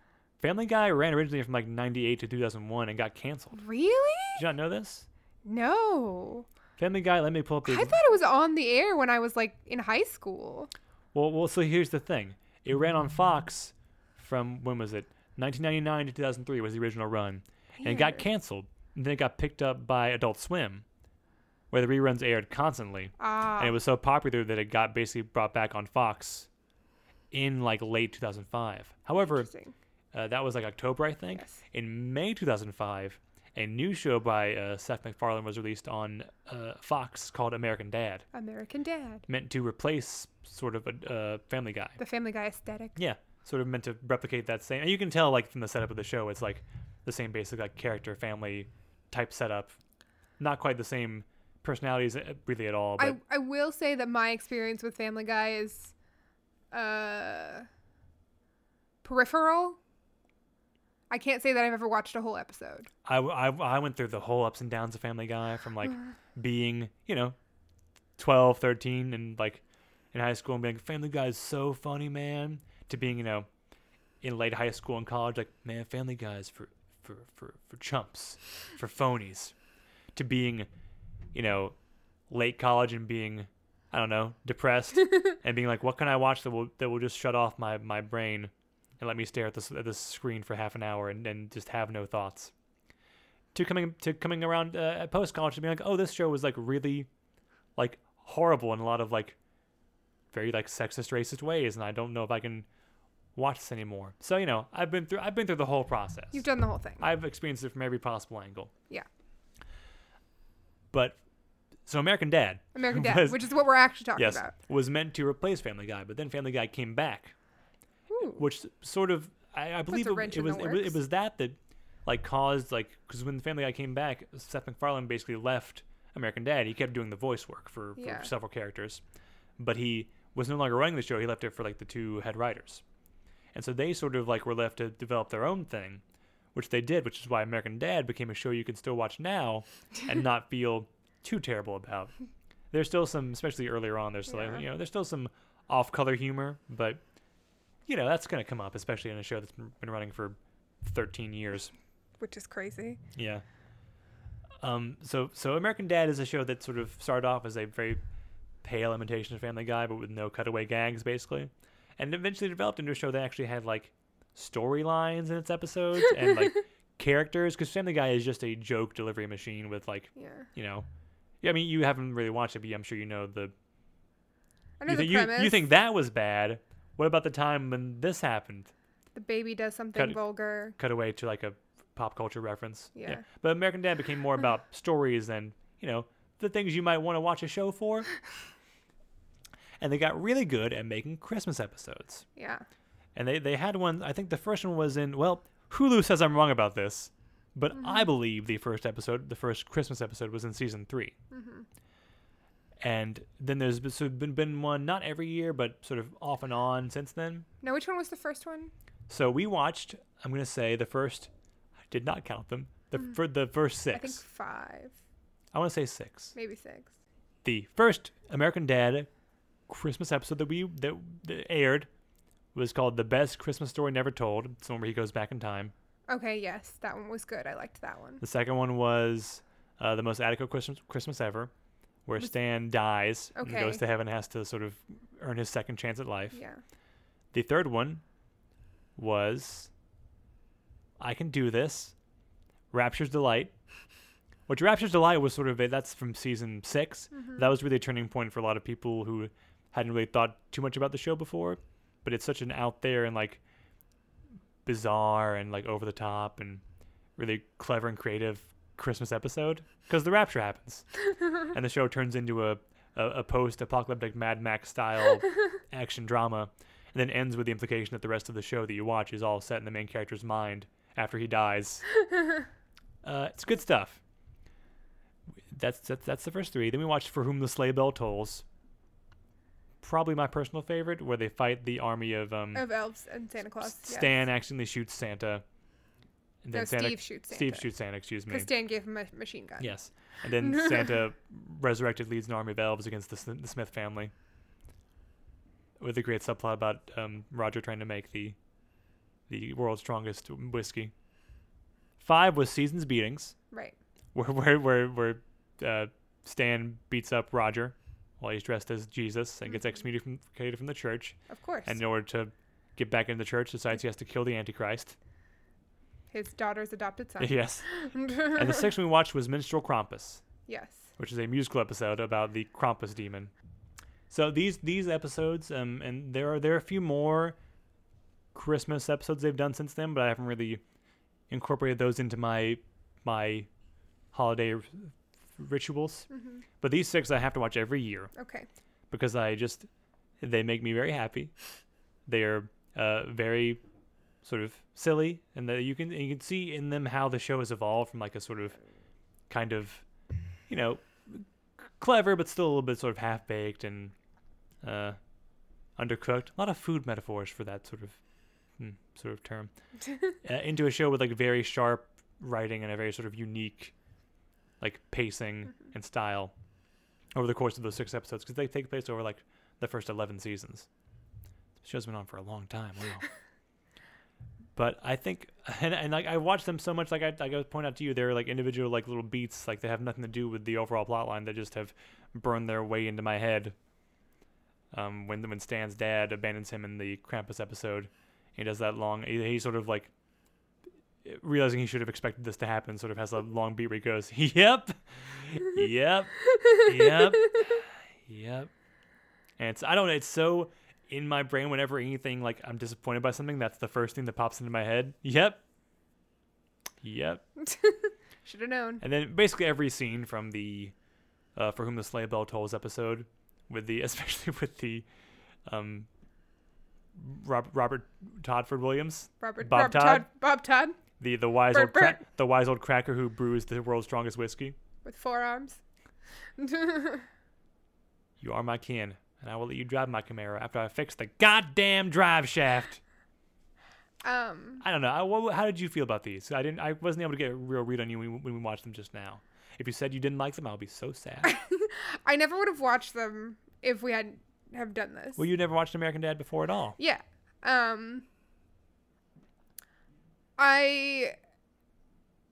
[SPEAKER 2] Family Guy ran originally from like 98 to 2001 and got canceled.
[SPEAKER 1] Really?
[SPEAKER 2] Did you not know this?
[SPEAKER 1] No.
[SPEAKER 2] Family Guy, let me pull up
[SPEAKER 1] I
[SPEAKER 2] the.
[SPEAKER 1] thought it was on the air when I was like in high school.
[SPEAKER 2] well, well, so here's the thing it ran on Fox from when was it? 1999 to 2003 was the original run. And it got
[SPEAKER 1] Weird.
[SPEAKER 2] canceled. And then it got picked up by Adult Swim, where the reruns aired constantly.
[SPEAKER 1] Ah.
[SPEAKER 2] and it was so popular that it got basically brought back on Fox in like late 2005. However,
[SPEAKER 1] interesting.
[SPEAKER 2] uh, that was like October, I think.
[SPEAKER 1] Yes.
[SPEAKER 2] In May 2005, a new show by uh, Seth MacFarlane was released on uh, Fox called American Dad,
[SPEAKER 1] American Dad.
[SPEAKER 2] meant to replace sort of a uh, Family Guy.
[SPEAKER 1] The Family Guy aesthetic.
[SPEAKER 2] Yeah, sort of meant to replicate that same. And you can tell like from the setup of the show, it's like the same basic like character family type setup, not quite the same personalities uh, really at all. But
[SPEAKER 1] I, I will say that my experience with Family Guy is uh peripheral. I can't say that I've ever watched a whole episode.
[SPEAKER 2] I, w- I w- I went through the whole ups and downs of Family Guy from like being, you know, 12, 13 and like in high school and being like, Family Guy is so funny, man, to being, you know, in late high school and college, like, man, Family Guy is for, for, for, for chumps, for phonies, to being, you know, late college and being, I don't know, depressed and being like, what can I watch that will, that will just shut off my, my brain and let me stare at this, at this screen for half an hour and, and just have no thoughts to coming to coming around uh, at post college and being like, oh, this show was like really, like horrible in a lot of like very like sexist, racist ways, and I don't know if I can watch this anymore. So you know, I've been through I've been through the whole process.
[SPEAKER 1] You've done the whole thing.
[SPEAKER 2] I've experienced it from every possible angle.
[SPEAKER 1] Yeah.
[SPEAKER 2] But so American Dad,
[SPEAKER 1] American Dad,
[SPEAKER 2] Was-
[SPEAKER 1] which is what we're actually talking
[SPEAKER 2] yes,
[SPEAKER 1] about.
[SPEAKER 2] was meant to replace Family Guy, but then Family Guy came back
[SPEAKER 1] Ooh.
[SPEAKER 2] which sort of I, I believe
[SPEAKER 1] a
[SPEAKER 2] it,
[SPEAKER 1] wrench
[SPEAKER 2] it
[SPEAKER 1] in the
[SPEAKER 2] was it was
[SPEAKER 1] works.
[SPEAKER 2] it was that that like caused like because when the Family Guy came back, Seth MacFarlane basically left American Dad. He kept doing the voice work for, for
[SPEAKER 1] Yeah.
[SPEAKER 2] several characters, but he was no longer running the show. He left it for like the two head writers, and so they sort of like were left to develop their own thing, which they did, which is why American Dad became a show you can still watch now and not feel too terrible about. There's still some, especially earlier on. There's still, like,
[SPEAKER 1] Yeah.
[SPEAKER 2] you know, there's still some off-color humor, but you know that's gonna come up, especially in a show that's been running for 13 years.
[SPEAKER 1] Which is crazy.
[SPEAKER 2] Yeah. Um. So so American Dad is a show that sort of started off as a very pale imitation of Family Guy, but with no cutaway gags, basically, and eventually developed into a show that actually had like storylines in its episodes and like characters, because Family Guy is just a joke delivery machine with like
[SPEAKER 1] Yeah.
[SPEAKER 2] you know. Yeah, I mean, you haven't really watched it, but I'm sure you know the.
[SPEAKER 1] I know
[SPEAKER 2] You,
[SPEAKER 1] the
[SPEAKER 2] thi- you,
[SPEAKER 1] premise.
[SPEAKER 2] you think that was bad? What about the time when this happened?
[SPEAKER 1] the baby does something
[SPEAKER 2] Cut it.
[SPEAKER 1] vulgar.
[SPEAKER 2] cut away to like a pop culture reference.
[SPEAKER 1] Yeah.
[SPEAKER 2] But American Dad became more about stories and, you know, the things you might want to watch a show for. And they got really good at making Christmas episodes.
[SPEAKER 1] Yeah.
[SPEAKER 2] And they, they had one, I think the first one was in, well, Hulu says I'm wrong about this, but I believe the first episode, the first Christmas episode was in season 3 And then there's been, so been, been one, not every year, but sort of off and on since then.
[SPEAKER 1] Now, which one was the first one?
[SPEAKER 2] So we watched. I'm gonna say the first. I did not count them. The for the first
[SPEAKER 1] Mm. I think
[SPEAKER 2] six.
[SPEAKER 1] five,
[SPEAKER 2] I, want to say six.
[SPEAKER 1] maybe six.
[SPEAKER 2] The first American Dad Christmas episode that we that, that aired was called "The Best Christmas Story Never Told." It's the one where he goes back in time.
[SPEAKER 1] Okay, yes, that one was good. I liked that one.
[SPEAKER 2] The second one was uh, the most adequate Christmas Christmas ever, where Stan dies and
[SPEAKER 1] Okay.
[SPEAKER 2] goes to heaven, and has to sort of earn his second chance at life.
[SPEAKER 1] Yeah.
[SPEAKER 2] The third one was I Can Do This, Rapture's Delight. Which Rapture's Delight was sort of a, that's from season 6 That was really a turning point for a lot of people who hadn't really thought too much about the show before. But it's such an out there and like bizarre and like over the top and really clever and creative Christmas episode because the rapture happens and the show turns into a, a, a post apocalyptic Mad Max style action drama and then ends with the implication that the rest of the show that you watch is all set in the main character's mind after he dies. uh, it's good stuff. That's, that's that's the first three. Then we watched For Whom the Sleigh Bell Tolls. Probably my personal favorite, where they fight the army of um,
[SPEAKER 1] Of elves and Santa Claus. yes.
[SPEAKER 2] Stan accidentally shoots Santa. And
[SPEAKER 1] No,
[SPEAKER 2] then Santa,
[SPEAKER 1] Steve shoots
[SPEAKER 2] Steve
[SPEAKER 1] Santa.
[SPEAKER 2] shoots Santa, excuse me.
[SPEAKER 1] Because Stan gave him a machine gun.
[SPEAKER 2] Yes. And then Santa resurrected leads an army of elves against the, Sn- the Smith family. With a great subplot about um, Roger trying to make the the world's strongest whiskey. Five was Season's Beatings,
[SPEAKER 1] Right.
[SPEAKER 2] where where where, where uh, Stan beats up Roger while he's dressed as Jesus and
[SPEAKER 1] Mm-hmm.
[SPEAKER 2] gets excommunicated from, excommunicated from the church.
[SPEAKER 1] Of course.
[SPEAKER 2] And in order to get back into the church, decides he has to kill the Antichrist.
[SPEAKER 1] His daughter's adopted son.
[SPEAKER 2] Yes. And the sixth one we watched was Minstrel Krampus.
[SPEAKER 1] yes.
[SPEAKER 2] which is a musical episode about the Krampus demon. So these these episodes, um, and there are there are a few more Christmas episodes they've done since then, but I haven't really incorporated those into my my holiday r- rituals. But these six I have to watch every year
[SPEAKER 1] Okay.
[SPEAKER 2] because I just they make me very happy. They are uh, very sort of silly, and that you can you can see in them how the show has evolved from like a sort of kind of you know clever but still a little bit sort of half baked and uh, undercooked. A lot of food metaphors for that sort of mm, sort of term uh, into a show with like very sharp writing and a very sort of unique like pacing and style over the course of those six episodes because they take place over like the first 11 seasons the show's been on for a long time wow but i think and, and like i watched them so much like I, like I point out to you they're like individual like little beats like they have nothing to do with the overall plot line they just have burned their way into my head um, when when stan's dad abandons him in the krampus episode he does that long he, he sort of like realizing he should have expected this to happen sort of has a long beat where he goes yep yep yep yep and it's i don't know it's so in my brain whenever anything like i'm disappointed by something that's the first thing that pops into my head yep yep
[SPEAKER 1] Should have known.
[SPEAKER 2] and then basically every scene from the uh, for whom the sleigh bell tolls episode with the especially with the um Rob, robert toddford williams
[SPEAKER 1] Robert
[SPEAKER 2] Bob
[SPEAKER 1] Robert
[SPEAKER 2] Todd?
[SPEAKER 1] Bob Todd
[SPEAKER 2] the the wise
[SPEAKER 1] Bert,
[SPEAKER 2] old cra-
[SPEAKER 1] Bert.
[SPEAKER 2] the wise old cracker who brews the world's strongest whiskey.
[SPEAKER 1] with four arms.
[SPEAKER 2] You are my kin, and I will let you drive my Camaro after I fix the goddamn drive shaft.
[SPEAKER 1] um.
[SPEAKER 2] I don't know. I, what, how did you feel about these? I didn't. I wasn't able to get a real read on you when, we- when we watched them just now. If you said you didn't like them, I'll be so sad.
[SPEAKER 1] I never would have watched them if we hadn't have done this.
[SPEAKER 2] well, you never watched American Dad before at all.
[SPEAKER 1] yeah. Um. I.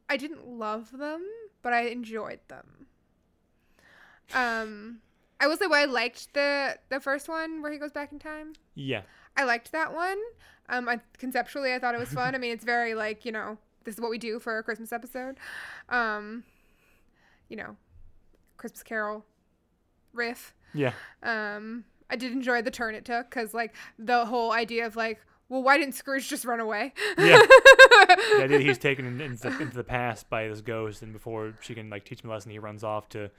[SPEAKER 1] I didn't love them, but I enjoyed them. Um, I will say what I liked the the first one where he goes back in time.
[SPEAKER 2] Yeah,
[SPEAKER 1] I liked that one. Um, I, conceptually, I thought it was fun. I mean, it's very like you know, this is what we do for a Christmas episode. Um, you know, Christmas Carol riff.
[SPEAKER 2] yeah.
[SPEAKER 1] Um, I did enjoy the turn it took because like the whole idea of like, well, why didn't Scrooge just run away?
[SPEAKER 2] Yeah. The idea that he's taken in, into, the, into the past by this ghost, and before she can like teach him a lesson, he runs off to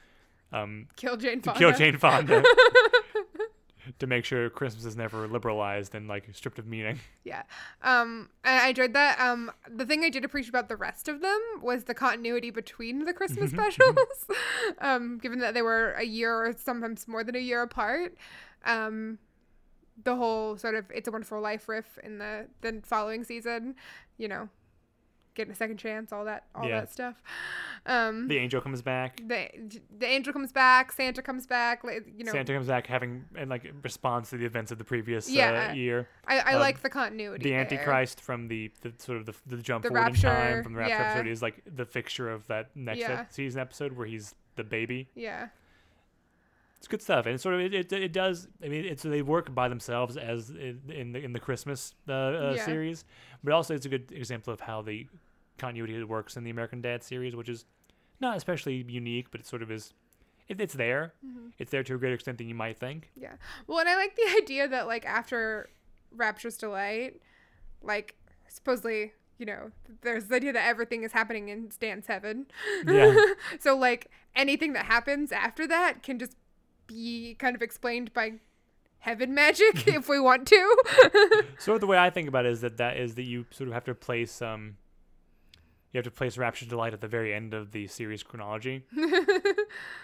[SPEAKER 2] um,
[SPEAKER 1] Kill Jane
[SPEAKER 2] to
[SPEAKER 1] Fonda.
[SPEAKER 2] kill Jane Fonda to make sure Christmas is never liberalized and like stripped of meaning.
[SPEAKER 1] Yeah. Um, and I enjoyed that. Um, the thing I did appreciate about the rest of them was the continuity between the Christmas
[SPEAKER 2] Mm-hmm.
[SPEAKER 1] specials, um, given that they were a year or sometimes more than a year apart. Um, the whole sort of "It's a Wonderful Life" riff in the then following season, you know, getting a second chance, all that, all
[SPEAKER 2] Yeah.
[SPEAKER 1] that stuff. Um,
[SPEAKER 2] The angel comes back.
[SPEAKER 1] the the angel comes back, Santa comes back, like, you know.
[SPEAKER 2] Santa comes back having and like responds to the events of the previous
[SPEAKER 1] Yeah.
[SPEAKER 2] uh, year.
[SPEAKER 1] I, I
[SPEAKER 2] um,
[SPEAKER 1] like the continuity.
[SPEAKER 2] The
[SPEAKER 1] there.
[SPEAKER 2] Antichrist from the, the sort of the, the jump
[SPEAKER 1] The
[SPEAKER 2] forward in
[SPEAKER 1] Rapture,
[SPEAKER 2] time from the Rapture
[SPEAKER 1] yeah.
[SPEAKER 2] episode is like the fixture of that next ep-
[SPEAKER 1] Yeah.
[SPEAKER 2] season episode where he's the baby.
[SPEAKER 1] Yeah.
[SPEAKER 2] It's good stuff, and it's sort of it, it, it does. I mean, it's they work by themselves as in, in the in the Christmas uh, uh,
[SPEAKER 1] Yeah.
[SPEAKER 2] series, but also it's a good example of how the continuity works in the American Dad series, which is not especially unique, but it sort of is. It, it's there. It's there to a greater extent than you might think.
[SPEAKER 1] Yeah. Well, and I like the idea that like after Rapture's Delight, like supposedly, you know, there's the idea that everything is happening in Stan's heaven.
[SPEAKER 2] Yeah.
[SPEAKER 1] so like anything that happens after that can just be kind of explained by heaven magic if we want to.
[SPEAKER 2] sort of the way I think about it is that that is that you sort of have to place um you have to place Rapture Delight at the very end of the series chronology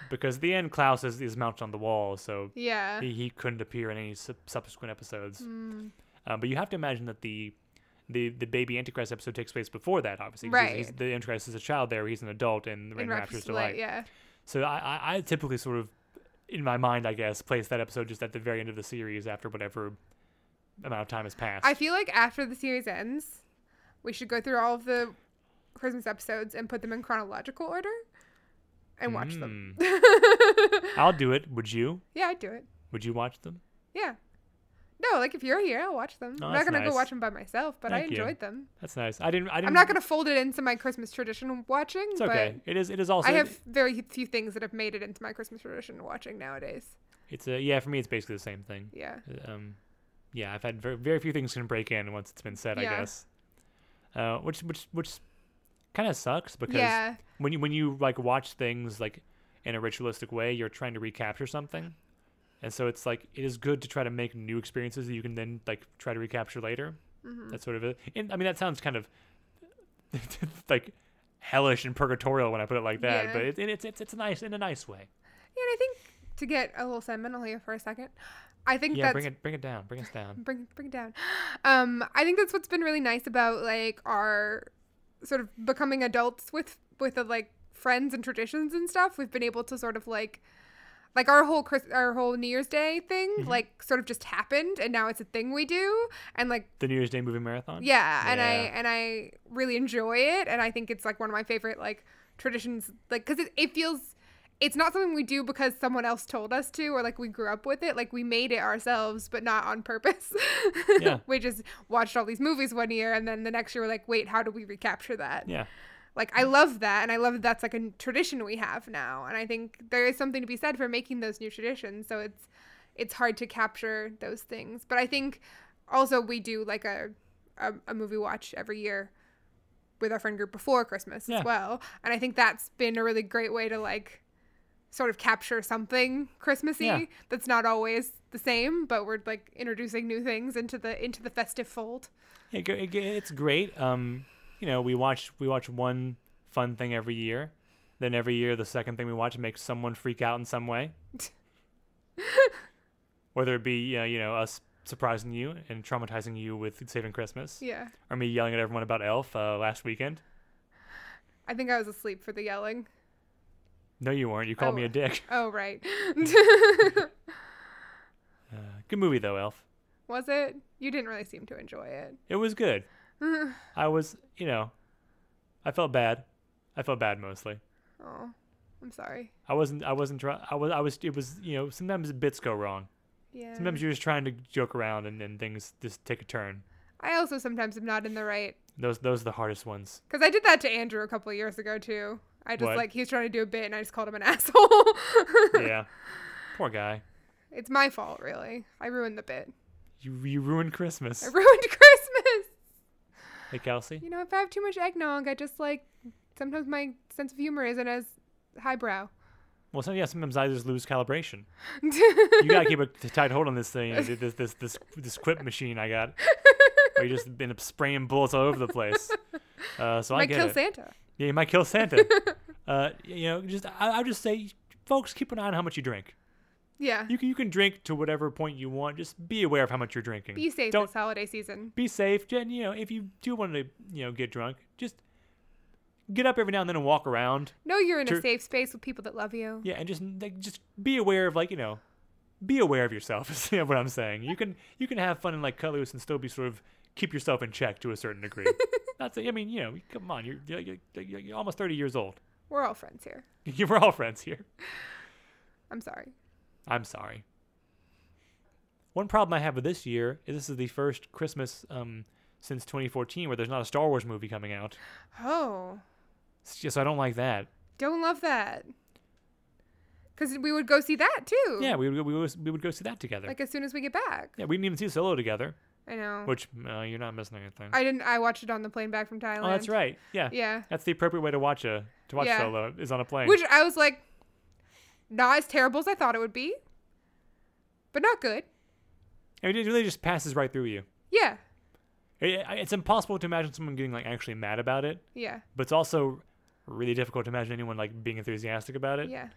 [SPEAKER 2] because at the end Klaus is, is mounted on the wall, so
[SPEAKER 1] yeah. Hmm.
[SPEAKER 2] he, he couldn't appear in any sub- subsequent episodes. Um, but you have to imagine that the the the baby Antichrist episode takes place before that, obviously. 'cause he's- he's-
[SPEAKER 1] Right.
[SPEAKER 2] the Antichrist is a child there; he's an adult in, in
[SPEAKER 1] In
[SPEAKER 2] Rapture's
[SPEAKER 1] Rapture's
[SPEAKER 2] Delight.
[SPEAKER 1] Delight, yeah.
[SPEAKER 2] So I, I, I typically sort of, in my mind, I guess, place that episode just at the very end of the series after whatever amount of time has passed.
[SPEAKER 1] I feel like after the series ends, We should go through all of the Christmas episodes and put them in chronological order and watch them.
[SPEAKER 2] Hmm. I'll do it. Would you?
[SPEAKER 1] Yeah, I'd do it.
[SPEAKER 2] Would you watch them?
[SPEAKER 1] Yeah. No, like if you're here, I'll watch them.
[SPEAKER 2] Oh,
[SPEAKER 1] I'm
[SPEAKER 2] that's
[SPEAKER 1] not gonna
[SPEAKER 2] nice.
[SPEAKER 1] go watch them by myself, but I
[SPEAKER 2] Thank you.
[SPEAKER 1] enjoyed them.
[SPEAKER 2] That's nice. I didn't. I didn't.
[SPEAKER 1] I'm not gonna fold it into my Christmas tradition watching,
[SPEAKER 2] It's okay. It is. It is also.
[SPEAKER 1] but I have very few things that have made it into my Christmas tradition watching nowadays.
[SPEAKER 2] It's a yeah. For me, it's basically the same thing.
[SPEAKER 1] Yeah.
[SPEAKER 2] Um, yeah. I've had very, very few things can break in once it's been said. I
[SPEAKER 1] Yeah.
[SPEAKER 2] guess. Uh, which which which kind of sucks because
[SPEAKER 1] Yeah.
[SPEAKER 2] when you when you like watch things like in a ritualistic way, you're trying to recapture something, and so it's like it is good to try to make new experiences that you can then like try to recapture later.
[SPEAKER 1] Mm-hmm.
[SPEAKER 2] That's sort of it. And I mean, that sounds kind of like hellish and purgatorial when I put it like that,
[SPEAKER 1] Yeah.
[SPEAKER 2] but it, it, it's it's it's nice in a nice way.
[SPEAKER 1] Yeah, and I think to get a little sentimental here for a second, I think
[SPEAKER 2] Yeah,
[SPEAKER 1] that's
[SPEAKER 2] bring it bring it down, bring us down.
[SPEAKER 1] bring bring it down. Um, I think that's what's been really nice about like our sort of becoming adults with with the, like friends and traditions and stuff. We've been able to sort of like like our whole Chris, our whole New Year's Day thing like sort of just happened and now it's a thing we do and like
[SPEAKER 2] The New Year's Day movie marathon.
[SPEAKER 1] yeah, and I
[SPEAKER 2] Yeah.
[SPEAKER 1] and I really enjoy it, and I think it's like one of my favorite like traditions, like because it, it feels it's not something we do because someone else told us to or like we grew up with it like we made it ourselves but not on purpose
[SPEAKER 2] Yeah.
[SPEAKER 1] we just watched all these movies one year and then the next year we're like wait how do we recapture that
[SPEAKER 2] Yeah.
[SPEAKER 1] like i love that and i love that that's like a tradition we have now and i think there is something to be said for making those new traditions so it's it's hard to capture those things but i think also we do like a a, a movie watch every year with our friend group before christmas
[SPEAKER 2] Yeah.
[SPEAKER 1] as well and i think that's been a really great way to like sort of capture something christmassy
[SPEAKER 2] Yeah.
[SPEAKER 1] that's not always the same but we're like introducing new things into the into the festive fold
[SPEAKER 2] It, go- it, go- it's great. Um, you know, we watch we watch one fun thing every year. Then every year, the second thing we watch makes someone freak out in some way. Whether it be uh, you know us surprising you and traumatizing you with saving Christmas,
[SPEAKER 1] yeah
[SPEAKER 2] or me yelling at everyone about Elf uh, last weekend.
[SPEAKER 1] i think i was asleep for the yelling
[SPEAKER 2] No, you weren't. You called me
[SPEAKER 1] Oh.
[SPEAKER 2] a dick.
[SPEAKER 1] Oh right.
[SPEAKER 2] Uh, good movie though, Elf.
[SPEAKER 1] was it? You didn't really seem to enjoy it.
[SPEAKER 2] It was good. I was, you know, I felt bad. I felt bad mostly.
[SPEAKER 1] Oh, I'm sorry.
[SPEAKER 2] I wasn't. I wasn't. Try- I was. I was. It was. You know, sometimes bits go wrong.
[SPEAKER 1] Yeah.
[SPEAKER 2] Sometimes you're just trying to joke around and, and things just take a turn.
[SPEAKER 1] I also sometimes am not in the right
[SPEAKER 2] Those those are the hardest ones.
[SPEAKER 1] because I did that to Andrew a couple of years ago too. I just
[SPEAKER 2] What?
[SPEAKER 1] like he was trying to do a bit and I just called him an asshole.
[SPEAKER 2] Yeah. Poor guy.
[SPEAKER 1] It's my fault, really. I ruined the bit.
[SPEAKER 2] You you ruined
[SPEAKER 1] I
[SPEAKER 2] Christmas.
[SPEAKER 1] ruined Christmas.
[SPEAKER 2] Hey Kelsey.
[SPEAKER 1] You know, if I have too much eggnog, I just like sometimes my sense of humor isn't as highbrow.
[SPEAKER 2] Well, some, yeah, sometimes I just lose calibration. You gotta keep a t- tight hold on this thing, this this this this, this quip machine I got. Where you just been spraying bullets all over the place. Uh, so I
[SPEAKER 1] Might
[SPEAKER 2] get
[SPEAKER 1] kill
[SPEAKER 2] it.
[SPEAKER 1] Santa.
[SPEAKER 2] Yeah, you might kill Santa. uh, you know, just I, I'll just say, folks, keep an eye on how much you drink.
[SPEAKER 1] Yeah.
[SPEAKER 2] You can you can drink to whatever point you want. Just be aware of how much you're drinking.
[SPEAKER 1] Be safe
[SPEAKER 2] Don't
[SPEAKER 1] this holiday season.
[SPEAKER 2] be safe. Jen, you know, if you do want to, you know, get drunk, just get up every now and then and walk around.
[SPEAKER 1] Know you're in
[SPEAKER 2] True.
[SPEAKER 1] a safe space with people that love you.
[SPEAKER 2] Yeah, and just like, just be aware of like, you know, be aware of yourself. Is you know what I'm saying. You can you can have fun and like cut loose and still be sort of keep yourself in check to a certain degree. Not say, I mean, you know, come on, you're you're, you're, you're almost 30 years old.
[SPEAKER 1] We're all friends here.
[SPEAKER 2] We're all friends here.
[SPEAKER 1] I'm sorry.
[SPEAKER 2] I'm sorry. One problem I have with this year is this is the first Christmas um, since 2014 where there's not a Star Wars movie coming out.
[SPEAKER 1] Oh,
[SPEAKER 2] It's just I don't like that.
[SPEAKER 1] don't love that. Because we would go see that too.
[SPEAKER 2] Yeah, we would, we would, we would go see that together.
[SPEAKER 1] Like as soon as we get back.
[SPEAKER 2] yeah, we didn't even see Solo together,
[SPEAKER 1] I know.
[SPEAKER 2] which uh, you're not missing anything.
[SPEAKER 1] I didn't. I watched it on the plane back from Thailand.
[SPEAKER 2] oh, that's right. Yeah.
[SPEAKER 1] Yeah.
[SPEAKER 2] That's the appropriate way to watch a to watch
[SPEAKER 1] Yeah.
[SPEAKER 2] Solo is on a plane.
[SPEAKER 1] Which I was like, not as terrible as I thought it would be, but not good.
[SPEAKER 2] I mean, it really just passes right through you.
[SPEAKER 1] Yeah.
[SPEAKER 2] It, I- it's impossible to imagine someone getting like actually mad about it,
[SPEAKER 1] Yeah.
[SPEAKER 2] but it's also really difficult to imagine anyone like being enthusiastic about it.
[SPEAKER 1] Yeah.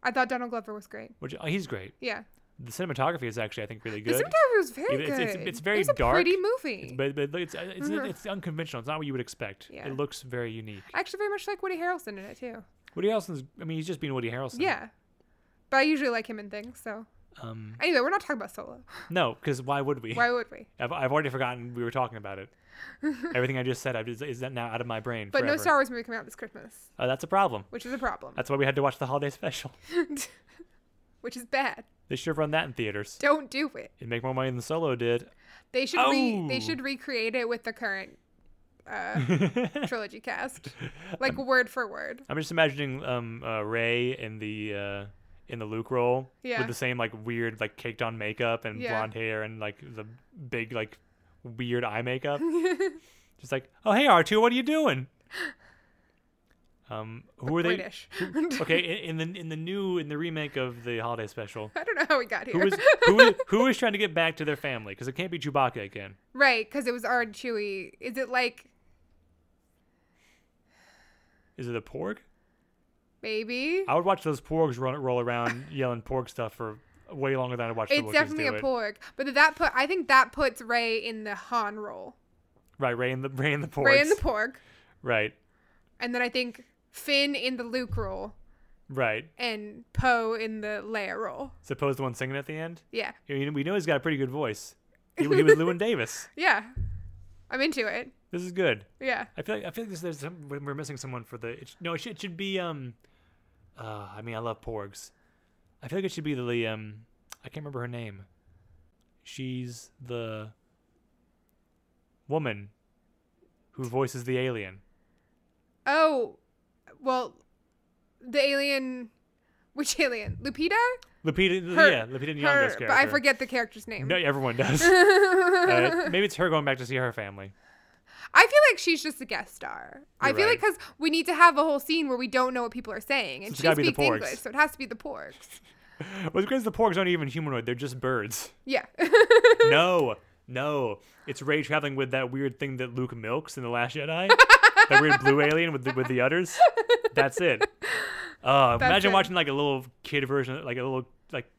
[SPEAKER 1] I thought Donald Glover was great.
[SPEAKER 2] Which oh, he's great.
[SPEAKER 1] Yeah.
[SPEAKER 2] The cinematography is actually I think really
[SPEAKER 1] The
[SPEAKER 2] good.
[SPEAKER 1] cinematography was very
[SPEAKER 2] It- it's-
[SPEAKER 1] good.
[SPEAKER 2] it's- it's very
[SPEAKER 1] it was a
[SPEAKER 2] dark.
[SPEAKER 1] pretty movie.
[SPEAKER 2] but but it's it's,
[SPEAKER 1] Mhm.
[SPEAKER 2] it's unconventional. It's not what you would expect.
[SPEAKER 1] Yeah.
[SPEAKER 2] It looks very unique.
[SPEAKER 1] I actually very much like Woody Harrelson in it too.
[SPEAKER 2] Woody Harrelson's. I mean, he's just being Woody Harrelson.
[SPEAKER 1] Yeah. But I usually like him in things, so
[SPEAKER 2] Um,
[SPEAKER 1] Anyway, we're not talking about Solo.
[SPEAKER 2] no, because why would we?
[SPEAKER 1] Why would we?
[SPEAKER 2] I've, I've already forgotten we were talking about it. Everything I just said I've just, is that now out of my brain.
[SPEAKER 1] But no
[SPEAKER 2] forever.
[SPEAKER 1] Star Wars movie coming out this Christmas,
[SPEAKER 2] Uh, that's a problem.
[SPEAKER 1] which is a problem,
[SPEAKER 2] That's why we had to watch the holiday special.
[SPEAKER 1] which is bad.
[SPEAKER 2] They should have run that in theaters.
[SPEAKER 1] Don't do it.
[SPEAKER 2] It'd make more money than Solo did.
[SPEAKER 1] They should re-
[SPEAKER 2] Oh.
[SPEAKER 1] they should recreate it with the current uh,
[SPEAKER 2] I'm
[SPEAKER 1] trilogy cast, like word for word.
[SPEAKER 2] just imagining um, uh, Ray in the uh, in the Luke role
[SPEAKER 1] Yeah.
[SPEAKER 2] with the same like weird like caked on makeup and
[SPEAKER 1] Yeah.
[SPEAKER 2] blonde hair and like the big like weird eye makeup. just like, oh hey R two, what are you doing? Um, who are they?
[SPEAKER 1] British.
[SPEAKER 2] Okay, in, in the in the new in the remake of the holiday special,
[SPEAKER 1] I don't know how we got
[SPEAKER 2] who
[SPEAKER 1] here.
[SPEAKER 2] is who is, who is trying to get back to their family? Because it can't be Chewbacca again.
[SPEAKER 1] right, because it was R and Chewy. Is it like
[SPEAKER 2] Is it the Porg?
[SPEAKER 1] maybe?
[SPEAKER 2] I would watch those porgs run, roll around yelling porg stuff for way longer than I watched the
[SPEAKER 1] It's
[SPEAKER 2] Wookiees
[SPEAKER 1] definitely
[SPEAKER 2] do
[SPEAKER 1] a
[SPEAKER 2] it.
[SPEAKER 1] porg, but that put I think that puts Ray in the Han role.
[SPEAKER 2] Right, Ray and the Ray and the porgs.
[SPEAKER 1] Ray in the porg,
[SPEAKER 2] right,
[SPEAKER 1] and then I think Finn in the Luke role
[SPEAKER 2] right.
[SPEAKER 1] and Poe in the Leia role.
[SPEAKER 2] Suppose the one singing at the end.
[SPEAKER 1] Yeah,
[SPEAKER 2] I mean, we know he's got a pretty good voice. He, he was Lewin Davis.
[SPEAKER 1] yeah, I'm into it.
[SPEAKER 2] This is good.
[SPEAKER 1] Yeah,
[SPEAKER 2] I feel like I feel like this, there's some, we're we're missing someone for the. It, sh- no, it should, it should be. Um, uh, I mean, I love porgs. I feel like it should be the um. I can't remember her name. She's the woman who voices the alien.
[SPEAKER 1] Oh, well, the alien. Which alien? Lupita?
[SPEAKER 2] Lupita,
[SPEAKER 1] Her-
[SPEAKER 2] yeah, Lupita Nyong'o's
[SPEAKER 1] Her,
[SPEAKER 2] character.
[SPEAKER 1] but I forget the character's name.
[SPEAKER 2] No, everyone does. Uh, maybe it's her going back to see her family.
[SPEAKER 1] I feel like she's just a guest star. I
[SPEAKER 2] You're
[SPEAKER 1] feel
[SPEAKER 2] right.
[SPEAKER 1] like because we need to have a whole scene where we don't know what people are saying, and
[SPEAKER 2] it's
[SPEAKER 1] she
[SPEAKER 2] gotta be the
[SPEAKER 1] speaks
[SPEAKER 2] porgs.
[SPEAKER 1] English, so it has to be the porgs.
[SPEAKER 2] What's great is the porgs aren't even humanoid; they're just birds.
[SPEAKER 1] Yeah,
[SPEAKER 2] no, no, it's Ray traveling with that weird thing that Luke milks in the Last Jedi. that weird blue alien with the, with the udders. That's it. Uh,
[SPEAKER 1] That's
[SPEAKER 2] imagine
[SPEAKER 1] it.
[SPEAKER 2] watching like a little kid version, like a little like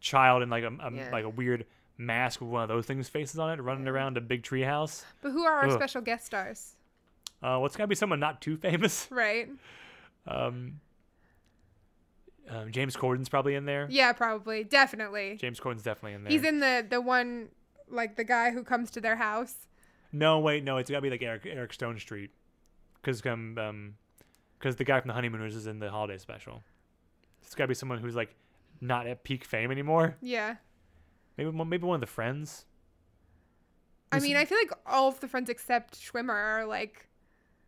[SPEAKER 2] child in like a, a-
[SPEAKER 1] Yeah.
[SPEAKER 2] like a weird mask with one of those things faces on it, running around a big treehouse.
[SPEAKER 1] but who are our
[SPEAKER 2] Ugh.
[SPEAKER 1] special guest stars?
[SPEAKER 2] Uh, what's gotta be someone not too famous?
[SPEAKER 1] Right?
[SPEAKER 2] Um, um, James Corden's probably in there.
[SPEAKER 1] Yeah, probably, definitely.
[SPEAKER 2] James Corden's definitely in there.
[SPEAKER 1] He's in the the one like the guy who comes to their house.
[SPEAKER 2] no, wait, no, it's gotta be like Eric Eric Stone Street, because um, because the guy from the Honeymooners is in the holiday special. It's gotta be someone who's like not at peak fame anymore.
[SPEAKER 1] Yeah.
[SPEAKER 2] Maybe one- maybe one of the friends.
[SPEAKER 1] I
[SPEAKER 2] This-
[SPEAKER 1] mean, I feel like all of the friends except Schwimmer are like,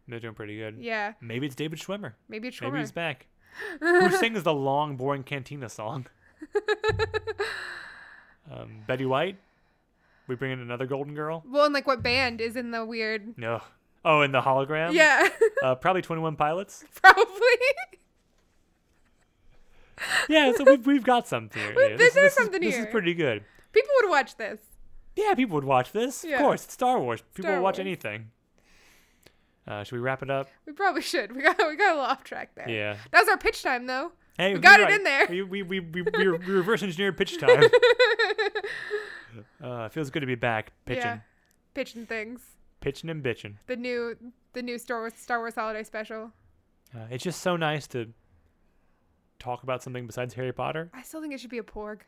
[SPEAKER 2] They're doing pretty good.
[SPEAKER 1] yeah,
[SPEAKER 2] Maybe it's David Schwimmer.
[SPEAKER 1] maybe it's
[SPEAKER 2] Maybe
[SPEAKER 1] Schwimmer.
[SPEAKER 2] he's back. Who sings the long, boring cantina song? um, Betty White. We bring in another Golden Girl.
[SPEAKER 1] Well, and like what band is in the weird?
[SPEAKER 2] No. Oh, and the hologram.
[SPEAKER 1] yeah,
[SPEAKER 2] Uh, probably Twenty One Pilots.
[SPEAKER 1] probably.
[SPEAKER 2] Yeah, so we've we've got something here.
[SPEAKER 1] Well,
[SPEAKER 2] Yeah,
[SPEAKER 1] this is something
[SPEAKER 2] This
[SPEAKER 1] here.
[SPEAKER 2] is pretty good.
[SPEAKER 1] People would watch this.
[SPEAKER 2] Yeah, people would watch this.
[SPEAKER 1] Yeah.
[SPEAKER 2] Of course, it's Star Wars. People
[SPEAKER 1] Star
[SPEAKER 2] will watch
[SPEAKER 1] Wars.
[SPEAKER 2] anything. Uh, should we wrap it up?
[SPEAKER 1] We probably should. We got we got a little off track there.
[SPEAKER 2] Yeah.
[SPEAKER 1] That was our pitch time though.
[SPEAKER 2] Hey, you're
[SPEAKER 1] got it in there.
[SPEAKER 2] We we we we, we re- we reverse engineered pitch time. uh, feels good to be back pitching,
[SPEAKER 1] Yeah. Pitching things.
[SPEAKER 2] pitching and bitching.
[SPEAKER 1] The new the new Star Wars Star Wars holiday special.
[SPEAKER 2] Uh, it's just so nice to talk about something besides Harry Potter.
[SPEAKER 1] I still think it should be a porg.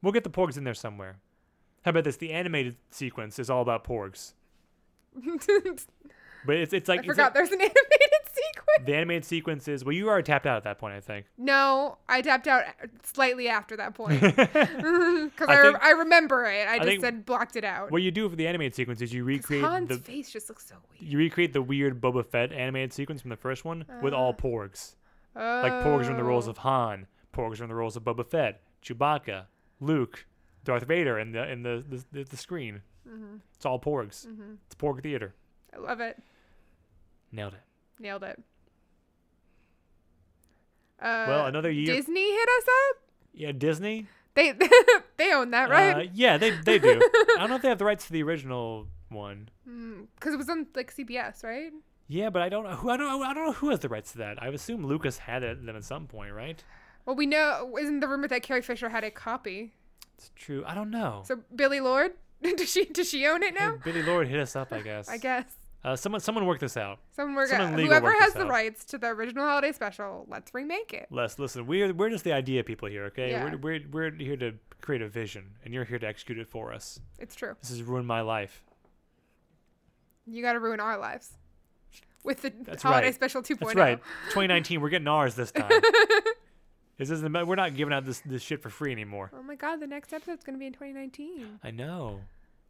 [SPEAKER 2] We'll get the porgs in there somewhere. How about this? The animated sequence is all about porgs, but it's it's like
[SPEAKER 1] I
[SPEAKER 2] it's
[SPEAKER 1] forgot
[SPEAKER 2] like-
[SPEAKER 1] there's an animated sequence.
[SPEAKER 2] the animated sequence is well. You already tapped out at that point, I think.
[SPEAKER 1] No, I tapped out slightly after that point because
[SPEAKER 2] I
[SPEAKER 1] I, re-
[SPEAKER 2] think-
[SPEAKER 1] I remember it. I, just
[SPEAKER 2] think-
[SPEAKER 1] said blocked it out.
[SPEAKER 2] What you do for the animated sequence is you
[SPEAKER 1] 'Cause
[SPEAKER 2] recreate
[SPEAKER 1] Han's
[SPEAKER 2] the
[SPEAKER 1] face just looks so weird.
[SPEAKER 2] you recreate the weird Boba Fett animated sequence from the first one with all porgs.
[SPEAKER 1] Uh, Oh.
[SPEAKER 2] Like porgs are in the roles of Han, porgs are in the roles of Boba Fett, Chewbacca, Luke, Darth Vader, and the and the the, the, the screen.
[SPEAKER 1] Mm-hmm.
[SPEAKER 2] It's all porgs. It's porg theater.
[SPEAKER 1] Oh, I love it.
[SPEAKER 2] Nailed it.
[SPEAKER 1] Nailed it. Uh,
[SPEAKER 2] Well, another year-
[SPEAKER 1] Disney hit us up.
[SPEAKER 2] Yeah, Disney.
[SPEAKER 1] They they own that,
[SPEAKER 2] Uh,
[SPEAKER 1] right?
[SPEAKER 2] yeah, they they do. I don't know if they have the rights to the original one.
[SPEAKER 1] Because Mm, it was on like CBS, right?
[SPEAKER 2] Yeah, but I don't know who I don't I don't know who has the rights to that. I assume Lucas had it them at some point, right?
[SPEAKER 1] Well, we know isn't the rumor that Carrie Fisher had a copy?
[SPEAKER 2] It's true. I don't know.
[SPEAKER 1] So Billy Lord, does she does she own it
[SPEAKER 2] Hey,
[SPEAKER 1] now?
[SPEAKER 2] Billy Lord hit us up, I guess.
[SPEAKER 1] I guess.
[SPEAKER 2] Uh, someone, someone work this out.
[SPEAKER 1] Someone work
[SPEAKER 2] Someone
[SPEAKER 1] out.
[SPEAKER 2] legal
[SPEAKER 1] Whoever
[SPEAKER 2] work
[SPEAKER 1] has
[SPEAKER 2] this
[SPEAKER 1] the
[SPEAKER 2] out.
[SPEAKER 1] rights to the original holiday special, let's remake it.
[SPEAKER 2] Les, listen, we're we're just the idea people here, okay?
[SPEAKER 1] Yeah.
[SPEAKER 2] We're, we're we're here to create a vision, and you're here to execute it for us.
[SPEAKER 1] It's true.
[SPEAKER 2] This has ruined my life.
[SPEAKER 1] You got to ruin our lives with the
[SPEAKER 2] That's
[SPEAKER 1] holiday
[SPEAKER 2] right.
[SPEAKER 1] special oh. 2.0.
[SPEAKER 2] That's right. 2019, we're getting ours this time. this isn't. about- We're not giving out this this shit for free anymore.
[SPEAKER 1] Oh my god, the next episode's gonna be in 2019.
[SPEAKER 2] I know.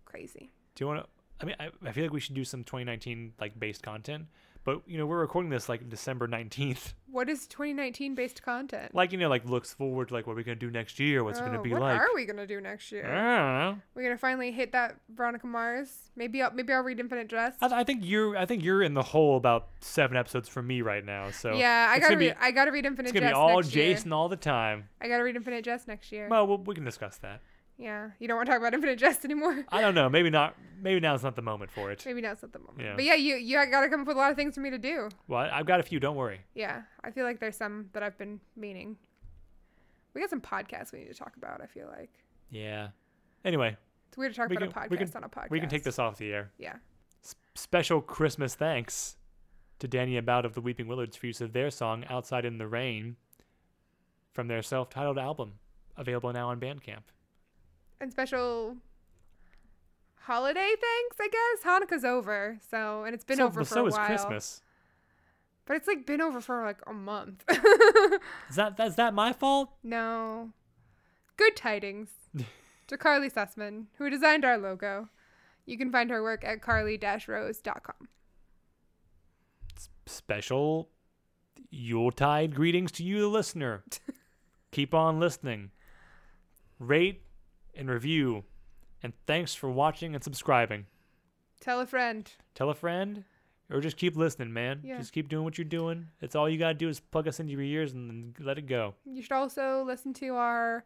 [SPEAKER 1] Crazy.
[SPEAKER 2] Do you want to? I mean, I, I feel like we should do some 2019 like based content, but you know we're recording this like December 19th.
[SPEAKER 1] What is 2019 based content?
[SPEAKER 2] Like you know, like looks forward to like what we're gonna do next year, what's it gonna
[SPEAKER 1] Oh,
[SPEAKER 2] be
[SPEAKER 1] what
[SPEAKER 2] like.
[SPEAKER 1] are we gonna do next year?
[SPEAKER 2] I don't know.
[SPEAKER 1] We're gonna finally hit that Veronica Mars. Maybe I'll maybe I'll read Infinite Jest.
[SPEAKER 2] I, th- I think you're. I think you're in the hole about seven episodes from me right now. So
[SPEAKER 1] yeah, I
[SPEAKER 2] it's
[SPEAKER 1] gotta
[SPEAKER 2] gonna be-
[SPEAKER 1] read. I gotta read Infinite
[SPEAKER 2] It's gonna
[SPEAKER 1] Jest
[SPEAKER 2] be all
[SPEAKER 1] next
[SPEAKER 2] Jason
[SPEAKER 1] year.
[SPEAKER 2] all the time.
[SPEAKER 1] I gotta read Infinite Jest next year.
[SPEAKER 2] Well, well, we can discuss that.
[SPEAKER 1] yeah, you don't want to talk about Infinite Jest anymore.
[SPEAKER 2] I don't know. Maybe not. Maybe now's not the moment for it.
[SPEAKER 1] maybe now's not the moment.
[SPEAKER 2] Yeah.
[SPEAKER 1] But yeah, you you I gotta come up with a lot of things for me to do.
[SPEAKER 2] Well, I- I've got a few. Don't worry.
[SPEAKER 1] Yeah, I feel like there's some that I've been meaning. We got some podcasts we need to talk about. I feel like
[SPEAKER 2] Yeah. Anyway,
[SPEAKER 1] it's weird to talk
[SPEAKER 2] We
[SPEAKER 1] about a
[SPEAKER 2] can-
[SPEAKER 1] podcast
[SPEAKER 2] we can-
[SPEAKER 1] on a podcast.
[SPEAKER 2] we can take this off the air.
[SPEAKER 1] Yeah.
[SPEAKER 2] S- special Christmas thanks to Danny About of the Weeping Willards for use of their song "Outside in the Rain" from their self-titled album, available now on Bandcamp.
[SPEAKER 1] and special holiday thanks, I guess. Hanukkah's over, so and it's been
[SPEAKER 2] so,
[SPEAKER 1] over
[SPEAKER 2] but
[SPEAKER 1] for
[SPEAKER 2] so
[SPEAKER 1] a
[SPEAKER 2] is
[SPEAKER 1] while.
[SPEAKER 2] Christmas.
[SPEAKER 1] But it's like been over for like a month.
[SPEAKER 2] Is that that's that my fault?
[SPEAKER 1] no. Good tidings to Carly Sussman, who designed our logo. You can find her work at carly-rose.com.
[SPEAKER 2] S- special Yuletide greetings to you, the listener. Keep on listening. Rate and review, and thanks for watching and subscribing.
[SPEAKER 1] Tell a friend.
[SPEAKER 2] tell a friend or just keep listening man
[SPEAKER 1] Yeah.
[SPEAKER 2] just keep doing what you're doing it's all you got to do is plug us into your ears and then let it go
[SPEAKER 1] You should also listen to our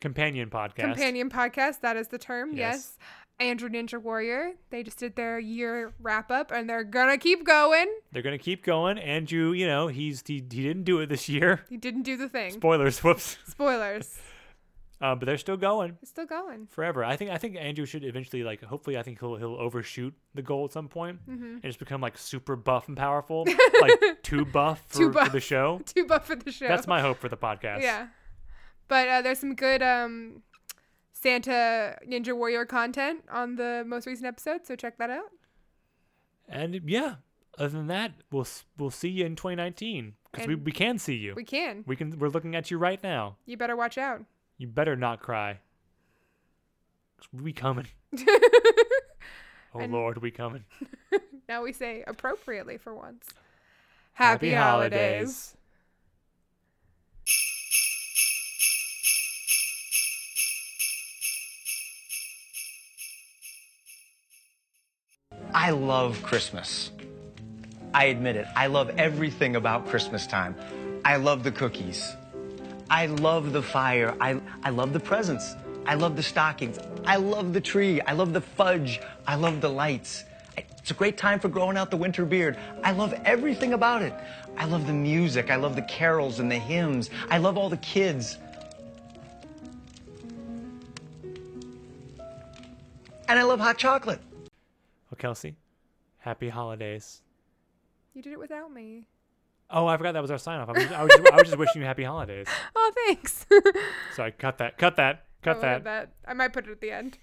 [SPEAKER 2] companion podcast
[SPEAKER 1] companion podcast. That is the term. Yes.
[SPEAKER 2] Yes.
[SPEAKER 1] Andrew Ninja Warrior. They just did their year wrap up and they're going to keep going.
[SPEAKER 2] they're gonna keep going andrew you know he's he, he didn't do it this year
[SPEAKER 1] He didn't do the thing.
[SPEAKER 2] spoilers whoops
[SPEAKER 1] Spoilers.
[SPEAKER 2] uh, but they're still going
[SPEAKER 1] It's still going.
[SPEAKER 2] forever i think i think andrew should eventually like hopefully i think he'll he'll overshoot the goal at some point
[SPEAKER 1] Mm-hmm.
[SPEAKER 2] and just become like super buff and powerful like too buff for,
[SPEAKER 1] Too
[SPEAKER 2] for
[SPEAKER 1] buff.
[SPEAKER 2] the show
[SPEAKER 1] Too buff for the show.
[SPEAKER 2] that's my hope for the podcast
[SPEAKER 1] Yeah. But uh, there's some good um, Santa Ninja Warrior content on the most recent episode, so check that out.
[SPEAKER 2] and yeah other than that we'll s- we'll see you in 2019 because we,
[SPEAKER 1] And
[SPEAKER 2] we can see you
[SPEAKER 1] We can.
[SPEAKER 2] We can. We're looking at you right now.
[SPEAKER 1] You better watch out.
[SPEAKER 2] You better not cry. 'Cause We coming. oh
[SPEAKER 1] And-
[SPEAKER 2] Lord, we coming.
[SPEAKER 1] Now we say appropriately for once.
[SPEAKER 4] I love Christmas. I admit it. I love everything about Christmas time. I love the cookies. I love the fire. I, I love the presents. I love the stockings. I love the tree. I love the fudge. I love the lights. I- It's a great time for growing out the winter beard. I love everything about it. I love the music. I love the carols and the hymns. I love all the kids. And I love hot chocolate.
[SPEAKER 2] Oh Kelsey, happy holidays.
[SPEAKER 1] You did it without me.
[SPEAKER 2] Oh, I forgot that was our sign off. I was, I was, I was just wishing you happy holidays.
[SPEAKER 1] Oh, thanks.
[SPEAKER 2] Sorry, cut that. Cut that. Cut
[SPEAKER 1] I
[SPEAKER 2] that.
[SPEAKER 1] wanted that. I might put it at the end.